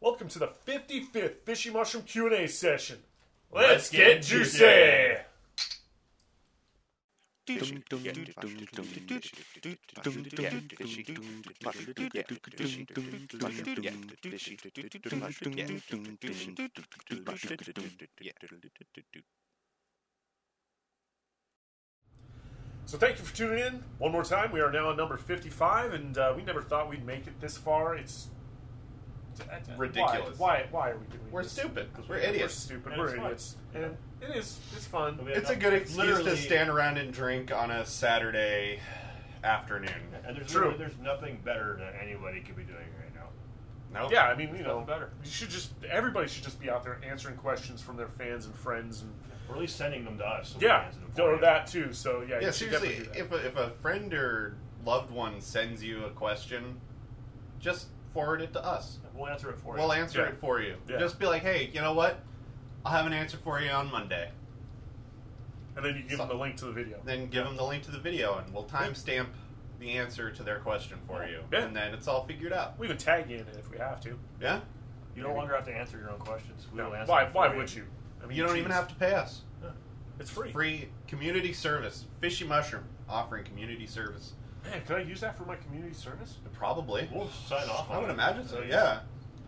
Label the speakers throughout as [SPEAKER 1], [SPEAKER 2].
[SPEAKER 1] Welcome to the 55th Fishy Mushroom Q&A session.
[SPEAKER 2] Let's get juicy.
[SPEAKER 1] So thank you for tuning in one more time. We are now on number 55, and uh, we never thought we'd make it this far. It's
[SPEAKER 2] Ridiculous.
[SPEAKER 1] Why? Why, why are we doing
[SPEAKER 2] We're
[SPEAKER 1] this?
[SPEAKER 2] stupid.
[SPEAKER 1] 'Cause
[SPEAKER 2] We're
[SPEAKER 1] We're
[SPEAKER 2] idiots.
[SPEAKER 1] stupid.
[SPEAKER 3] And
[SPEAKER 1] We're
[SPEAKER 3] it's fun.
[SPEAKER 1] idiots. And it is. It's fun.
[SPEAKER 3] Okay.
[SPEAKER 2] It's a good excuse to
[SPEAKER 3] Literally-
[SPEAKER 2] stand around and drink on a Saturday afternoon.
[SPEAKER 3] And there's
[SPEAKER 1] True.
[SPEAKER 3] True. there's nothing better that anybody could be doing right now.
[SPEAKER 2] No?
[SPEAKER 1] Yeah, I mean, you
[SPEAKER 3] There's
[SPEAKER 1] know,
[SPEAKER 3] nothing better.
[SPEAKER 1] you should just everybody should just be out there answering questions from their fans and friends and
[SPEAKER 3] Or at least sending them to us. so we can
[SPEAKER 1] yeah,
[SPEAKER 3] answer them for
[SPEAKER 1] or
[SPEAKER 3] you.
[SPEAKER 1] that too. So yeah,
[SPEAKER 2] Yeah,
[SPEAKER 1] you should
[SPEAKER 2] seriously,
[SPEAKER 1] definitely do
[SPEAKER 2] if a, if a friend or loved one sends you a question, just forward it to us.
[SPEAKER 3] We'll answer it for you.
[SPEAKER 2] We'll answer
[SPEAKER 1] Yeah.
[SPEAKER 2] it for you.
[SPEAKER 1] Yeah.
[SPEAKER 2] Just be like, hey, you know what? I'll have an answer for you on Monday.
[SPEAKER 1] that. and then you give them the link to the video.
[SPEAKER 2] Then give them the link to the video, and we'll timestamp the answer to their question for you.
[SPEAKER 1] Yeah.
[SPEAKER 2] And then it's all figured out.
[SPEAKER 1] We even tag you in it if we have to.
[SPEAKER 2] Yeah?
[SPEAKER 3] You no longer have to answer your own questions. We
[SPEAKER 1] No,
[SPEAKER 3] will answer
[SPEAKER 1] why?
[SPEAKER 3] them for
[SPEAKER 1] Why would you? I
[SPEAKER 2] You don't even
[SPEAKER 1] geez,
[SPEAKER 2] have to pay us.
[SPEAKER 1] It's free.
[SPEAKER 2] Free community service. Fishy Mushroom offering community service.
[SPEAKER 1] Man, can I use that for my community service?
[SPEAKER 2] Probably.
[SPEAKER 3] We'll sign off on
[SPEAKER 2] I would
[SPEAKER 3] it.
[SPEAKER 2] imagine so, yeah.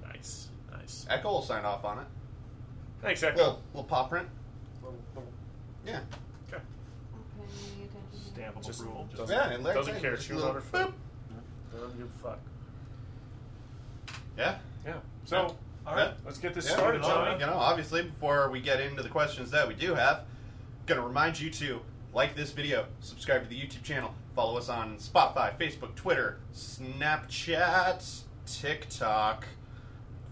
[SPEAKER 1] Nice, nice.
[SPEAKER 2] Echo will sign off on it.
[SPEAKER 1] Uh, Thanks, Echo.
[SPEAKER 2] Little, little paw print. Yeah.
[SPEAKER 1] Okay.
[SPEAKER 3] Stamp of
[SPEAKER 1] Just-
[SPEAKER 3] approval. Just
[SPEAKER 1] doesn't-
[SPEAKER 2] Yeah, and Larry
[SPEAKER 1] doesn't
[SPEAKER 2] Page,
[SPEAKER 1] care.
[SPEAKER 2] just
[SPEAKER 1] Chew
[SPEAKER 2] a little
[SPEAKER 1] on her foot.
[SPEAKER 2] boop.
[SPEAKER 1] Doesn't give a fuck.
[SPEAKER 2] Yeah.
[SPEAKER 1] Yeah. So,
[SPEAKER 2] Yeah.
[SPEAKER 1] all right,
[SPEAKER 2] Yeah.
[SPEAKER 1] let's get this
[SPEAKER 2] Yeah,
[SPEAKER 1] started,
[SPEAKER 2] moving on.
[SPEAKER 1] Johnny.
[SPEAKER 2] You know, obviously, before we get into the questions that we do have, gonna remind you to like this video, subscribe to the YouTube channel, follow us on Spotify, Facebook, Twitter, Snapchat, TikTok.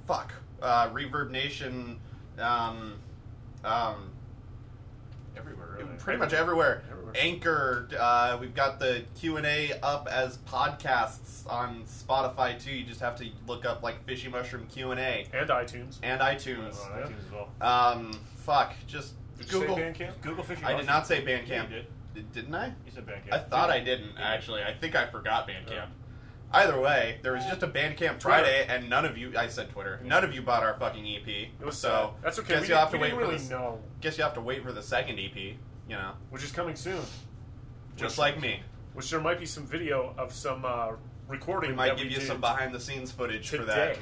[SPEAKER 2] Fuck. Uh, Reverb Nation. Um, um,
[SPEAKER 3] everywhere. Really.
[SPEAKER 2] pretty much everywhere.
[SPEAKER 1] Everywhere.
[SPEAKER 2] Anchor. Uh, we've got the Q and A up as podcasts on Spotify too. You just have to look up like Fishy Mushroom Q and A
[SPEAKER 1] And iTunes.
[SPEAKER 2] and
[SPEAKER 3] We're
[SPEAKER 2] iTunes.
[SPEAKER 3] on iTunes as well.
[SPEAKER 2] Um, fuck. Just
[SPEAKER 1] Did you
[SPEAKER 2] Google.
[SPEAKER 1] say Bandcamp?
[SPEAKER 3] Google Fishing.
[SPEAKER 2] I did not say Bandcamp.
[SPEAKER 3] Yeah, you did.
[SPEAKER 2] D- didn't I?
[SPEAKER 3] You said Bandcamp.
[SPEAKER 2] I thought
[SPEAKER 3] Yeah.
[SPEAKER 2] I didn't actually. I think I forgot Bandcamp.
[SPEAKER 1] Yeah.
[SPEAKER 2] Either way, there was just a Bandcamp Friday, and none of you—I said Twitter—none of you bought our fucking EP.
[SPEAKER 1] It was
[SPEAKER 2] so
[SPEAKER 1] sad. That's okay.
[SPEAKER 2] Guess
[SPEAKER 1] we
[SPEAKER 2] you'll
[SPEAKER 1] didn't-
[SPEAKER 2] have to
[SPEAKER 1] we
[SPEAKER 2] wait
[SPEAKER 1] didn't
[SPEAKER 2] for
[SPEAKER 1] really
[SPEAKER 2] this.
[SPEAKER 1] know,
[SPEAKER 2] Guess you have to wait for the second EP. You know,
[SPEAKER 1] which is coming soon.
[SPEAKER 2] just
[SPEAKER 1] Which-
[SPEAKER 2] like me.
[SPEAKER 1] Which there might be some video of some uh, recording.
[SPEAKER 2] We might
[SPEAKER 1] that
[SPEAKER 2] give
[SPEAKER 1] we
[SPEAKER 2] you
[SPEAKER 1] did
[SPEAKER 2] some behind the scenes footage
[SPEAKER 1] today.
[SPEAKER 2] for that.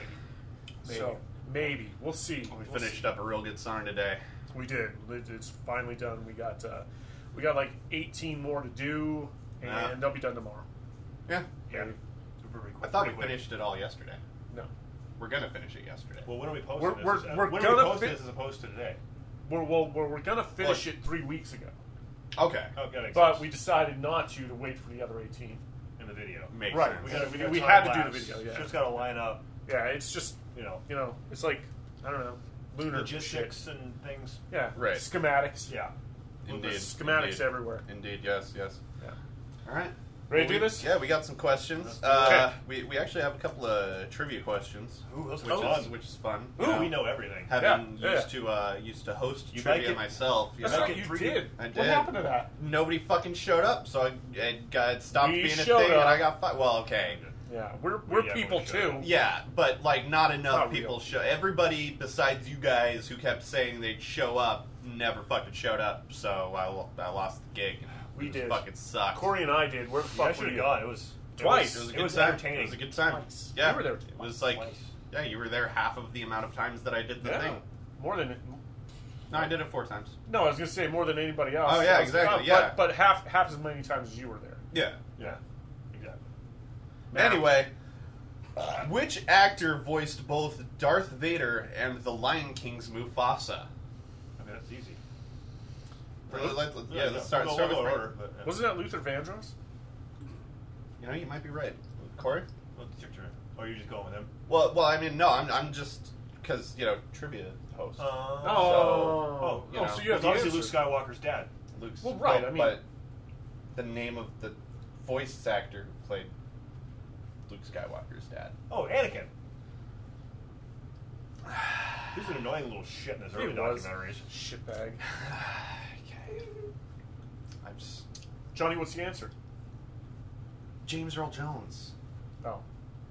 [SPEAKER 3] Maybe.
[SPEAKER 1] So maybe we'll see.
[SPEAKER 2] We
[SPEAKER 1] We'll
[SPEAKER 2] finished up a real good song today.
[SPEAKER 1] see. We did. It- It's finally done. We got uh, we got like 18 more to do, and
[SPEAKER 2] Yeah.
[SPEAKER 1] they'll be done tomorrow.
[SPEAKER 2] Yeah.
[SPEAKER 1] Yeah.
[SPEAKER 3] We're pretty
[SPEAKER 2] I
[SPEAKER 3] quick.
[SPEAKER 2] thought we
[SPEAKER 3] Pretty quick.
[SPEAKER 2] finished it all yesterday.
[SPEAKER 1] No,
[SPEAKER 2] We're gonna finish it yesterday.
[SPEAKER 3] Well, when are we posting
[SPEAKER 1] We're-
[SPEAKER 3] this?
[SPEAKER 1] we're-
[SPEAKER 3] Is that-
[SPEAKER 1] we're
[SPEAKER 3] when are
[SPEAKER 1] gonna
[SPEAKER 3] we posting
[SPEAKER 1] fi-
[SPEAKER 3] this as opposed to today?
[SPEAKER 1] we're well, we're, we're gonna finish
[SPEAKER 2] Look.
[SPEAKER 1] it three weeks ago,
[SPEAKER 2] Okay.
[SPEAKER 3] Oh, that makes
[SPEAKER 1] but
[SPEAKER 3] sense.
[SPEAKER 1] we decided not to to wait for the other 18.
[SPEAKER 3] in the video.
[SPEAKER 2] Makes
[SPEAKER 1] Right,
[SPEAKER 2] sense.
[SPEAKER 3] We, gotta, we, gotta
[SPEAKER 1] We
[SPEAKER 3] time
[SPEAKER 1] had to do the
[SPEAKER 3] lapse.
[SPEAKER 1] video, yeah.
[SPEAKER 3] Just got to line up,
[SPEAKER 1] Yeah, it's just
[SPEAKER 3] you know,
[SPEAKER 1] you know, it's like I don't know, lunar
[SPEAKER 3] logistics
[SPEAKER 1] shit.
[SPEAKER 3] and things.
[SPEAKER 1] Yeah,
[SPEAKER 2] Right.
[SPEAKER 1] Schematics.
[SPEAKER 3] Yeah.
[SPEAKER 2] Indeed.
[SPEAKER 1] There's schematics
[SPEAKER 2] Indeed.
[SPEAKER 1] everywhere.
[SPEAKER 2] Indeed. Yes. Yes.
[SPEAKER 1] Yeah.
[SPEAKER 2] All right.
[SPEAKER 1] Ready
[SPEAKER 2] Well,
[SPEAKER 1] to
[SPEAKER 2] we-
[SPEAKER 1] do this?
[SPEAKER 2] Yeah, we got some quesquestions.
[SPEAKER 3] Let's do it.
[SPEAKER 2] Uh, we, we actually have a couple of trivia questions,
[SPEAKER 3] Ooh, those
[SPEAKER 2] which
[SPEAKER 3] are
[SPEAKER 1] Oh.
[SPEAKER 2] is
[SPEAKER 3] fun.
[SPEAKER 2] which is fun.
[SPEAKER 3] Ooh,
[SPEAKER 2] You know,
[SPEAKER 3] we know everything.
[SPEAKER 2] Having
[SPEAKER 1] Yeah, yeah.
[SPEAKER 2] used to uh, used to host
[SPEAKER 3] You like
[SPEAKER 2] trivia
[SPEAKER 3] it?
[SPEAKER 2] myself, you
[SPEAKER 1] That's
[SPEAKER 2] know,
[SPEAKER 1] right. You
[SPEAKER 3] Three.
[SPEAKER 1] did.
[SPEAKER 2] I did.
[SPEAKER 1] What happened to that?
[SPEAKER 2] nobody fucking showed up, so I it got it stopped
[SPEAKER 1] We
[SPEAKER 2] being a thing,
[SPEAKER 1] showed up.
[SPEAKER 2] and I got fi- well, okay.
[SPEAKER 1] Yeah, we're we're
[SPEAKER 3] Yeah,
[SPEAKER 1] people
[SPEAKER 3] we should.
[SPEAKER 1] too.
[SPEAKER 2] Yeah, but like not enough
[SPEAKER 1] Not real.
[SPEAKER 2] people show. Everybody besides you guys who kept saying they'd show up never fucking showed up. So I, lo- I lost the gig.
[SPEAKER 1] We
[SPEAKER 2] It
[SPEAKER 1] did.
[SPEAKER 2] Fucking sucked.
[SPEAKER 1] Corey and I did. Where the
[SPEAKER 3] Yeah, I
[SPEAKER 1] fuck
[SPEAKER 3] should
[SPEAKER 1] were
[SPEAKER 3] have
[SPEAKER 1] you?
[SPEAKER 3] gone. It was
[SPEAKER 1] Twice.
[SPEAKER 3] It was,
[SPEAKER 2] good
[SPEAKER 3] it was
[SPEAKER 2] time.
[SPEAKER 3] entertaining.
[SPEAKER 2] It was a good time.
[SPEAKER 1] Twice.
[SPEAKER 2] Yeah,
[SPEAKER 1] You were there
[SPEAKER 2] It was like
[SPEAKER 3] twice.
[SPEAKER 2] yeah, you were there half of the amount of times that I did the
[SPEAKER 1] Yeah.
[SPEAKER 2] thing.
[SPEAKER 1] More than
[SPEAKER 2] No, I did it four times.
[SPEAKER 1] no, I was gonna say more than anybody else.
[SPEAKER 2] Oh, yeah,
[SPEAKER 1] I was-
[SPEAKER 2] exactly,
[SPEAKER 1] but-
[SPEAKER 2] yeah.
[SPEAKER 1] But, half half as many times as you were there.
[SPEAKER 2] Yeah.
[SPEAKER 3] Yeah, exactly.
[SPEAKER 2] Anyway, which actor voiced both Darth Vader and the Lion King's Mufasa?
[SPEAKER 3] I mean, that's easy.
[SPEAKER 2] Let- let- let- yeah,
[SPEAKER 3] no,
[SPEAKER 2] let's start.
[SPEAKER 3] we'll
[SPEAKER 2] start
[SPEAKER 3] go
[SPEAKER 2] with
[SPEAKER 3] in
[SPEAKER 2] Fran-
[SPEAKER 3] order, but, yeah.
[SPEAKER 1] Wasn't that Luther Vandross?
[SPEAKER 2] You know, you might be right, Corey.
[SPEAKER 3] Well, it's your turn. Or Oh, you're just going with him.
[SPEAKER 2] Well, well, I mean, no, I'm, I'm just because you know trivia host.
[SPEAKER 3] Uh,
[SPEAKER 1] Oh.
[SPEAKER 3] oh,
[SPEAKER 2] you
[SPEAKER 1] oh,
[SPEAKER 2] know,
[SPEAKER 1] so you
[SPEAKER 3] It
[SPEAKER 1] have
[SPEAKER 3] was
[SPEAKER 1] the answer.
[SPEAKER 3] obviously Luke Skywalker's dad.
[SPEAKER 2] Luke's.
[SPEAKER 1] Well, right,
[SPEAKER 2] But,
[SPEAKER 1] I mean-
[SPEAKER 2] but the name of the voice actor who played Luke Skywalker's dad.
[SPEAKER 3] Oh, Anakin. He's an annoying little shit in his
[SPEAKER 1] He
[SPEAKER 3] early
[SPEAKER 1] was.
[SPEAKER 3] documentaries.
[SPEAKER 1] Shitbag.
[SPEAKER 2] okay. I'm just
[SPEAKER 1] Johnny, what's the answer?
[SPEAKER 2] James Earl Jones,
[SPEAKER 1] Oh,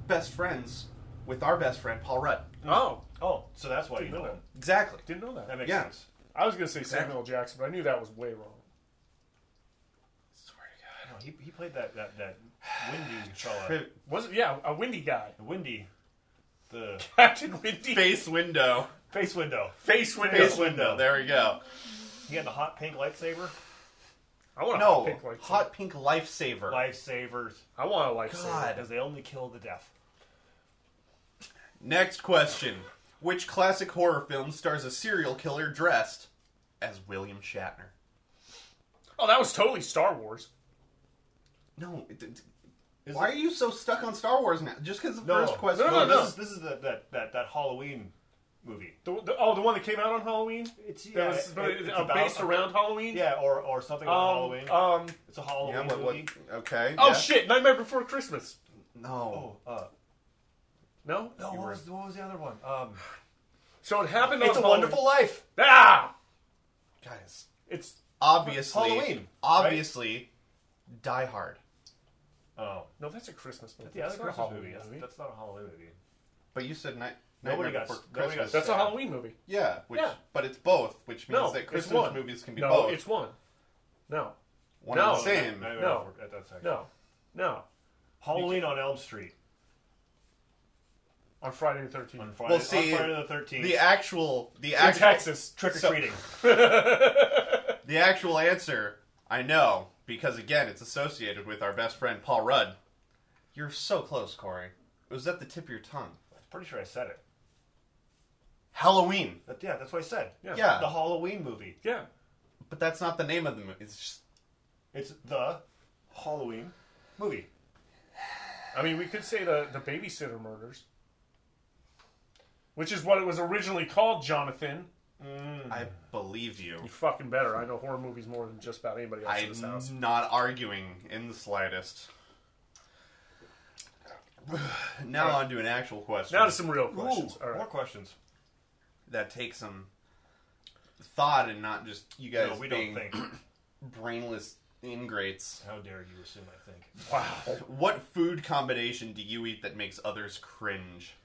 [SPEAKER 2] best friends with our best friend Paul Rudd.
[SPEAKER 1] Oh,
[SPEAKER 3] Oh, so that's why you
[SPEAKER 1] Didn't
[SPEAKER 3] know
[SPEAKER 1] know
[SPEAKER 3] him.
[SPEAKER 2] Exactly.
[SPEAKER 1] didn't know that.
[SPEAKER 3] That makes
[SPEAKER 2] Yeah.
[SPEAKER 3] sense.
[SPEAKER 1] I was going to say
[SPEAKER 2] Exactly.
[SPEAKER 1] Samuel L. Jackson, but I knew that was way wrong.
[SPEAKER 2] Swear to
[SPEAKER 3] No, he, he played that that that windy fella,
[SPEAKER 2] God.
[SPEAKER 1] Was it? Yeah, a windy guy.
[SPEAKER 3] the windy, the
[SPEAKER 1] Captain Windy.
[SPEAKER 2] Face window.
[SPEAKER 3] face window.
[SPEAKER 1] Face window.
[SPEAKER 2] Face window. There we go.
[SPEAKER 3] He had the hot pink lightsaber.
[SPEAKER 1] I want a hot
[SPEAKER 2] No,
[SPEAKER 1] pink lightsaber.
[SPEAKER 2] hot pink lifesaver.
[SPEAKER 3] Lifesavers,
[SPEAKER 1] I want a lightsaber.
[SPEAKER 2] God.
[SPEAKER 3] because they only kill the deaf.
[SPEAKER 2] Next question. Which classic horror film stars a serial killer dressed as William Shatner?
[SPEAKER 1] Oh, that was totally Star Wars.
[SPEAKER 2] No. It, it-
[SPEAKER 3] Is
[SPEAKER 2] why
[SPEAKER 3] it-
[SPEAKER 2] are you so stuck on Star Wars now? Just because the first question.
[SPEAKER 1] No, no,
[SPEAKER 2] was-
[SPEAKER 1] no.
[SPEAKER 3] This is this is the, that that that Halloween movie.
[SPEAKER 1] The, the, oh, the one that came out on Halloween.
[SPEAKER 3] It's
[SPEAKER 1] That was but it- uh, based around Halloween.
[SPEAKER 3] yeah, or or something on Halloween.
[SPEAKER 1] Um. um
[SPEAKER 3] it's a Halloween
[SPEAKER 2] Yeah, what, what,
[SPEAKER 3] movie.
[SPEAKER 2] okay.
[SPEAKER 1] oh
[SPEAKER 2] yeah.
[SPEAKER 1] shit! Nightmare Before Christmas.
[SPEAKER 2] No.
[SPEAKER 3] Oh, uh,
[SPEAKER 1] No.
[SPEAKER 3] no,
[SPEAKER 2] You
[SPEAKER 3] what
[SPEAKER 2] were-
[SPEAKER 3] was, what was the other one? Um,
[SPEAKER 1] So it happened on
[SPEAKER 3] it's a
[SPEAKER 1] Halloween.
[SPEAKER 3] Wonderful Life.
[SPEAKER 1] Ah.
[SPEAKER 2] Guys.
[SPEAKER 1] It's
[SPEAKER 2] Obviously.
[SPEAKER 3] Halloween, right?
[SPEAKER 2] Obviously. Die Hard.
[SPEAKER 3] Oh,
[SPEAKER 1] no, that's a Christmas movie.
[SPEAKER 3] yeah, that's a
[SPEAKER 1] It's not
[SPEAKER 3] Christmas movie.
[SPEAKER 1] Halloween
[SPEAKER 3] That's, that's not a Halloween movie.
[SPEAKER 2] But you said night.
[SPEAKER 3] Nobody
[SPEAKER 2] Nightmare
[SPEAKER 3] got-
[SPEAKER 2] Before
[SPEAKER 3] nobody got-
[SPEAKER 2] Christmas.
[SPEAKER 1] That's a Halloween movie.
[SPEAKER 2] Yeah, which,
[SPEAKER 1] Yeah.
[SPEAKER 2] but it's both, which means
[SPEAKER 1] No,
[SPEAKER 2] that
[SPEAKER 1] it's
[SPEAKER 2] Christmas
[SPEAKER 1] one.
[SPEAKER 2] movies can be
[SPEAKER 1] no,
[SPEAKER 2] both.
[SPEAKER 1] it's one. No,
[SPEAKER 2] one
[SPEAKER 1] no,
[SPEAKER 2] and the same.
[SPEAKER 3] Nightmare
[SPEAKER 1] No.
[SPEAKER 3] Before- that- that's actually-
[SPEAKER 1] no, no.
[SPEAKER 3] Halloween on Elm Street
[SPEAKER 1] On Friday the Thirteenth
[SPEAKER 3] on Friday,
[SPEAKER 2] Well, see,
[SPEAKER 3] on Friday the thirteenth.
[SPEAKER 2] The actual, the
[SPEAKER 1] in
[SPEAKER 2] actual,
[SPEAKER 1] Texas.
[SPEAKER 3] Trick or treating.
[SPEAKER 2] the actual answer, I know because again, it's associated with our best friend Paul Rudd. You're so close, Corey. It was at the tip of your tongue.
[SPEAKER 3] Pretty sure I said it.
[SPEAKER 2] Halloween,
[SPEAKER 3] That- yeah, that's what I said.
[SPEAKER 1] Yeah.
[SPEAKER 2] Yeah.
[SPEAKER 3] the Halloween movie.
[SPEAKER 1] Yeah.
[SPEAKER 2] but that's not the name of the movie. It's just
[SPEAKER 3] It's the Halloween movie.
[SPEAKER 1] I mean, we could say the the babysitter murders, which is what it was originally called, Jonathan.
[SPEAKER 2] I believe you.
[SPEAKER 1] You fucking better. I know horror movies more than just about anybody else in this house.
[SPEAKER 2] I'm not arguing in the slightest. now on to an actual question.
[SPEAKER 1] Now to some real questions.
[SPEAKER 3] Ooh,
[SPEAKER 1] All
[SPEAKER 3] More
[SPEAKER 1] right.
[SPEAKER 3] questions.
[SPEAKER 2] that takes some thought and not just you guys
[SPEAKER 3] No, we
[SPEAKER 2] being
[SPEAKER 3] don't think.
[SPEAKER 2] brainless ingrates.
[SPEAKER 3] How dare you assume I think?
[SPEAKER 1] Wow.
[SPEAKER 2] What food combination do you eat that makes others cringe?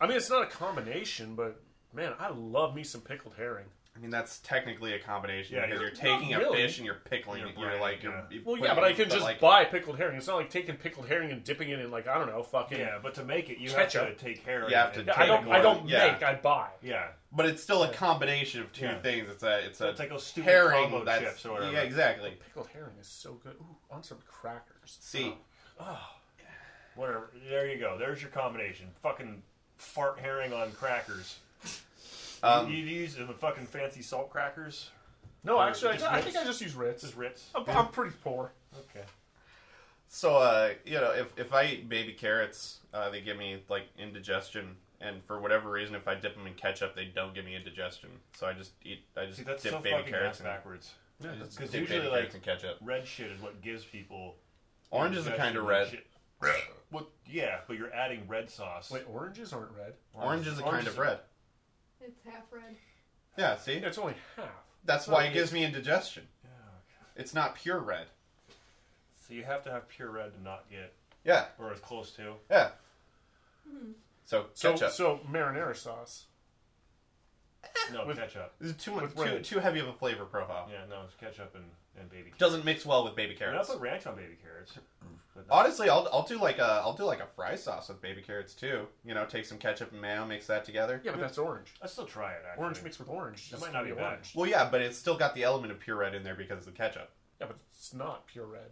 [SPEAKER 1] I mean, it's not a combination, but man, I love me some pickled herring.
[SPEAKER 2] I mean, that's technically a combination
[SPEAKER 3] Yeah,
[SPEAKER 2] because you're,
[SPEAKER 3] you're-
[SPEAKER 2] taking
[SPEAKER 1] not
[SPEAKER 2] a
[SPEAKER 1] really.
[SPEAKER 2] fish and you're pickling
[SPEAKER 3] Your
[SPEAKER 2] it. You're
[SPEAKER 3] brain,
[SPEAKER 2] like,
[SPEAKER 3] yeah.
[SPEAKER 2] you're- you're
[SPEAKER 1] Well,
[SPEAKER 2] putting
[SPEAKER 1] yeah, but I
[SPEAKER 2] it-
[SPEAKER 1] can just
[SPEAKER 2] like,
[SPEAKER 1] buy pickled herring. It's not like taking pickled herring and dipping it in like I don't know, fucking.
[SPEAKER 3] Yeah, but to make it, you have
[SPEAKER 1] Ketchup.
[SPEAKER 3] to take hair.
[SPEAKER 2] You have to
[SPEAKER 1] Yeah, I don't. I don't
[SPEAKER 2] Yeah.
[SPEAKER 1] make. I buy.
[SPEAKER 3] Yeah,
[SPEAKER 2] But it's still a combination of two
[SPEAKER 3] Yeah.
[SPEAKER 2] things. It's a it's a
[SPEAKER 3] It's like those stupid
[SPEAKER 2] herring
[SPEAKER 3] combo
[SPEAKER 2] that's
[SPEAKER 3] chips or whatever.
[SPEAKER 2] yeah exactly.
[SPEAKER 1] Pickled herring is so good. Ooh, on some crackers.
[SPEAKER 2] See,
[SPEAKER 3] whatever. There you go. There's your combination. Fucking fart herring on crackers.
[SPEAKER 2] um,
[SPEAKER 3] you, you use the fucking fancy salt crackers.
[SPEAKER 1] No, actually, I,
[SPEAKER 3] just
[SPEAKER 1] I
[SPEAKER 3] Ritz.
[SPEAKER 1] think I just use Ritz.
[SPEAKER 3] This is Ritz.
[SPEAKER 2] Oh.
[SPEAKER 1] I'm, I'm pretty poor.
[SPEAKER 3] Okay.
[SPEAKER 2] So uh, you know, if if I eat baby carrots, uh, they give me like indigestion, and for whatever reason, if I dip them in ketchup, they don't give me indigestion. So I just eat, I just
[SPEAKER 3] See, that's
[SPEAKER 2] dip
[SPEAKER 3] so
[SPEAKER 2] baby
[SPEAKER 3] fucking
[SPEAKER 2] carrots
[SPEAKER 3] ass
[SPEAKER 2] in
[SPEAKER 3] backwards.
[SPEAKER 1] Yeah,
[SPEAKER 2] I just
[SPEAKER 3] 'Cause
[SPEAKER 2] dip
[SPEAKER 3] usually,
[SPEAKER 2] baby
[SPEAKER 3] like-
[SPEAKER 2] carrots in ketchup.
[SPEAKER 3] Red shit is what gives people.
[SPEAKER 2] Orange is the kind of red.
[SPEAKER 3] Shit. Well, yeah, but you're adding red sauce.
[SPEAKER 1] Wait, oranges aren't red.
[SPEAKER 2] Orange is the kind of red.
[SPEAKER 4] It's half red.
[SPEAKER 2] Yeah, see,
[SPEAKER 1] It's only half.
[SPEAKER 2] that's why it gives me indigestion.
[SPEAKER 3] Yeah, okay.
[SPEAKER 2] It's not pure red.
[SPEAKER 3] So you have to have pure red to not get,
[SPEAKER 2] Yeah,
[SPEAKER 3] or as close to.
[SPEAKER 2] yeah. So
[SPEAKER 1] So,
[SPEAKER 2] ketchup.
[SPEAKER 1] so marinara sauce.
[SPEAKER 3] No,
[SPEAKER 1] With-
[SPEAKER 3] ketchup.
[SPEAKER 2] This is too much,
[SPEAKER 1] with
[SPEAKER 2] too,
[SPEAKER 1] red.
[SPEAKER 2] too heavy of a flavor profile.
[SPEAKER 3] Yeah, no, it's ketchup and, and baby carrots.
[SPEAKER 2] Doesn't mix well with baby
[SPEAKER 3] I mean, I'll
[SPEAKER 2] carrots.
[SPEAKER 3] put ranch on baby carrots. But not-
[SPEAKER 2] Honestly, I'll, I'll do like a I'll do like a fry sauce with baby carrots too. You know, take some ketchup and mayo, mix that together.
[SPEAKER 1] Yeah, but that's orange.
[SPEAKER 3] I still try it. Actually.
[SPEAKER 1] Orange mixed with orange.
[SPEAKER 3] That
[SPEAKER 1] Just
[SPEAKER 3] might not
[SPEAKER 1] gonna
[SPEAKER 3] be bad.
[SPEAKER 1] orange.
[SPEAKER 2] Well, yeah, but it's still got the element of pure red in there because of the ketchup.
[SPEAKER 1] Yeah, but it's not pure red.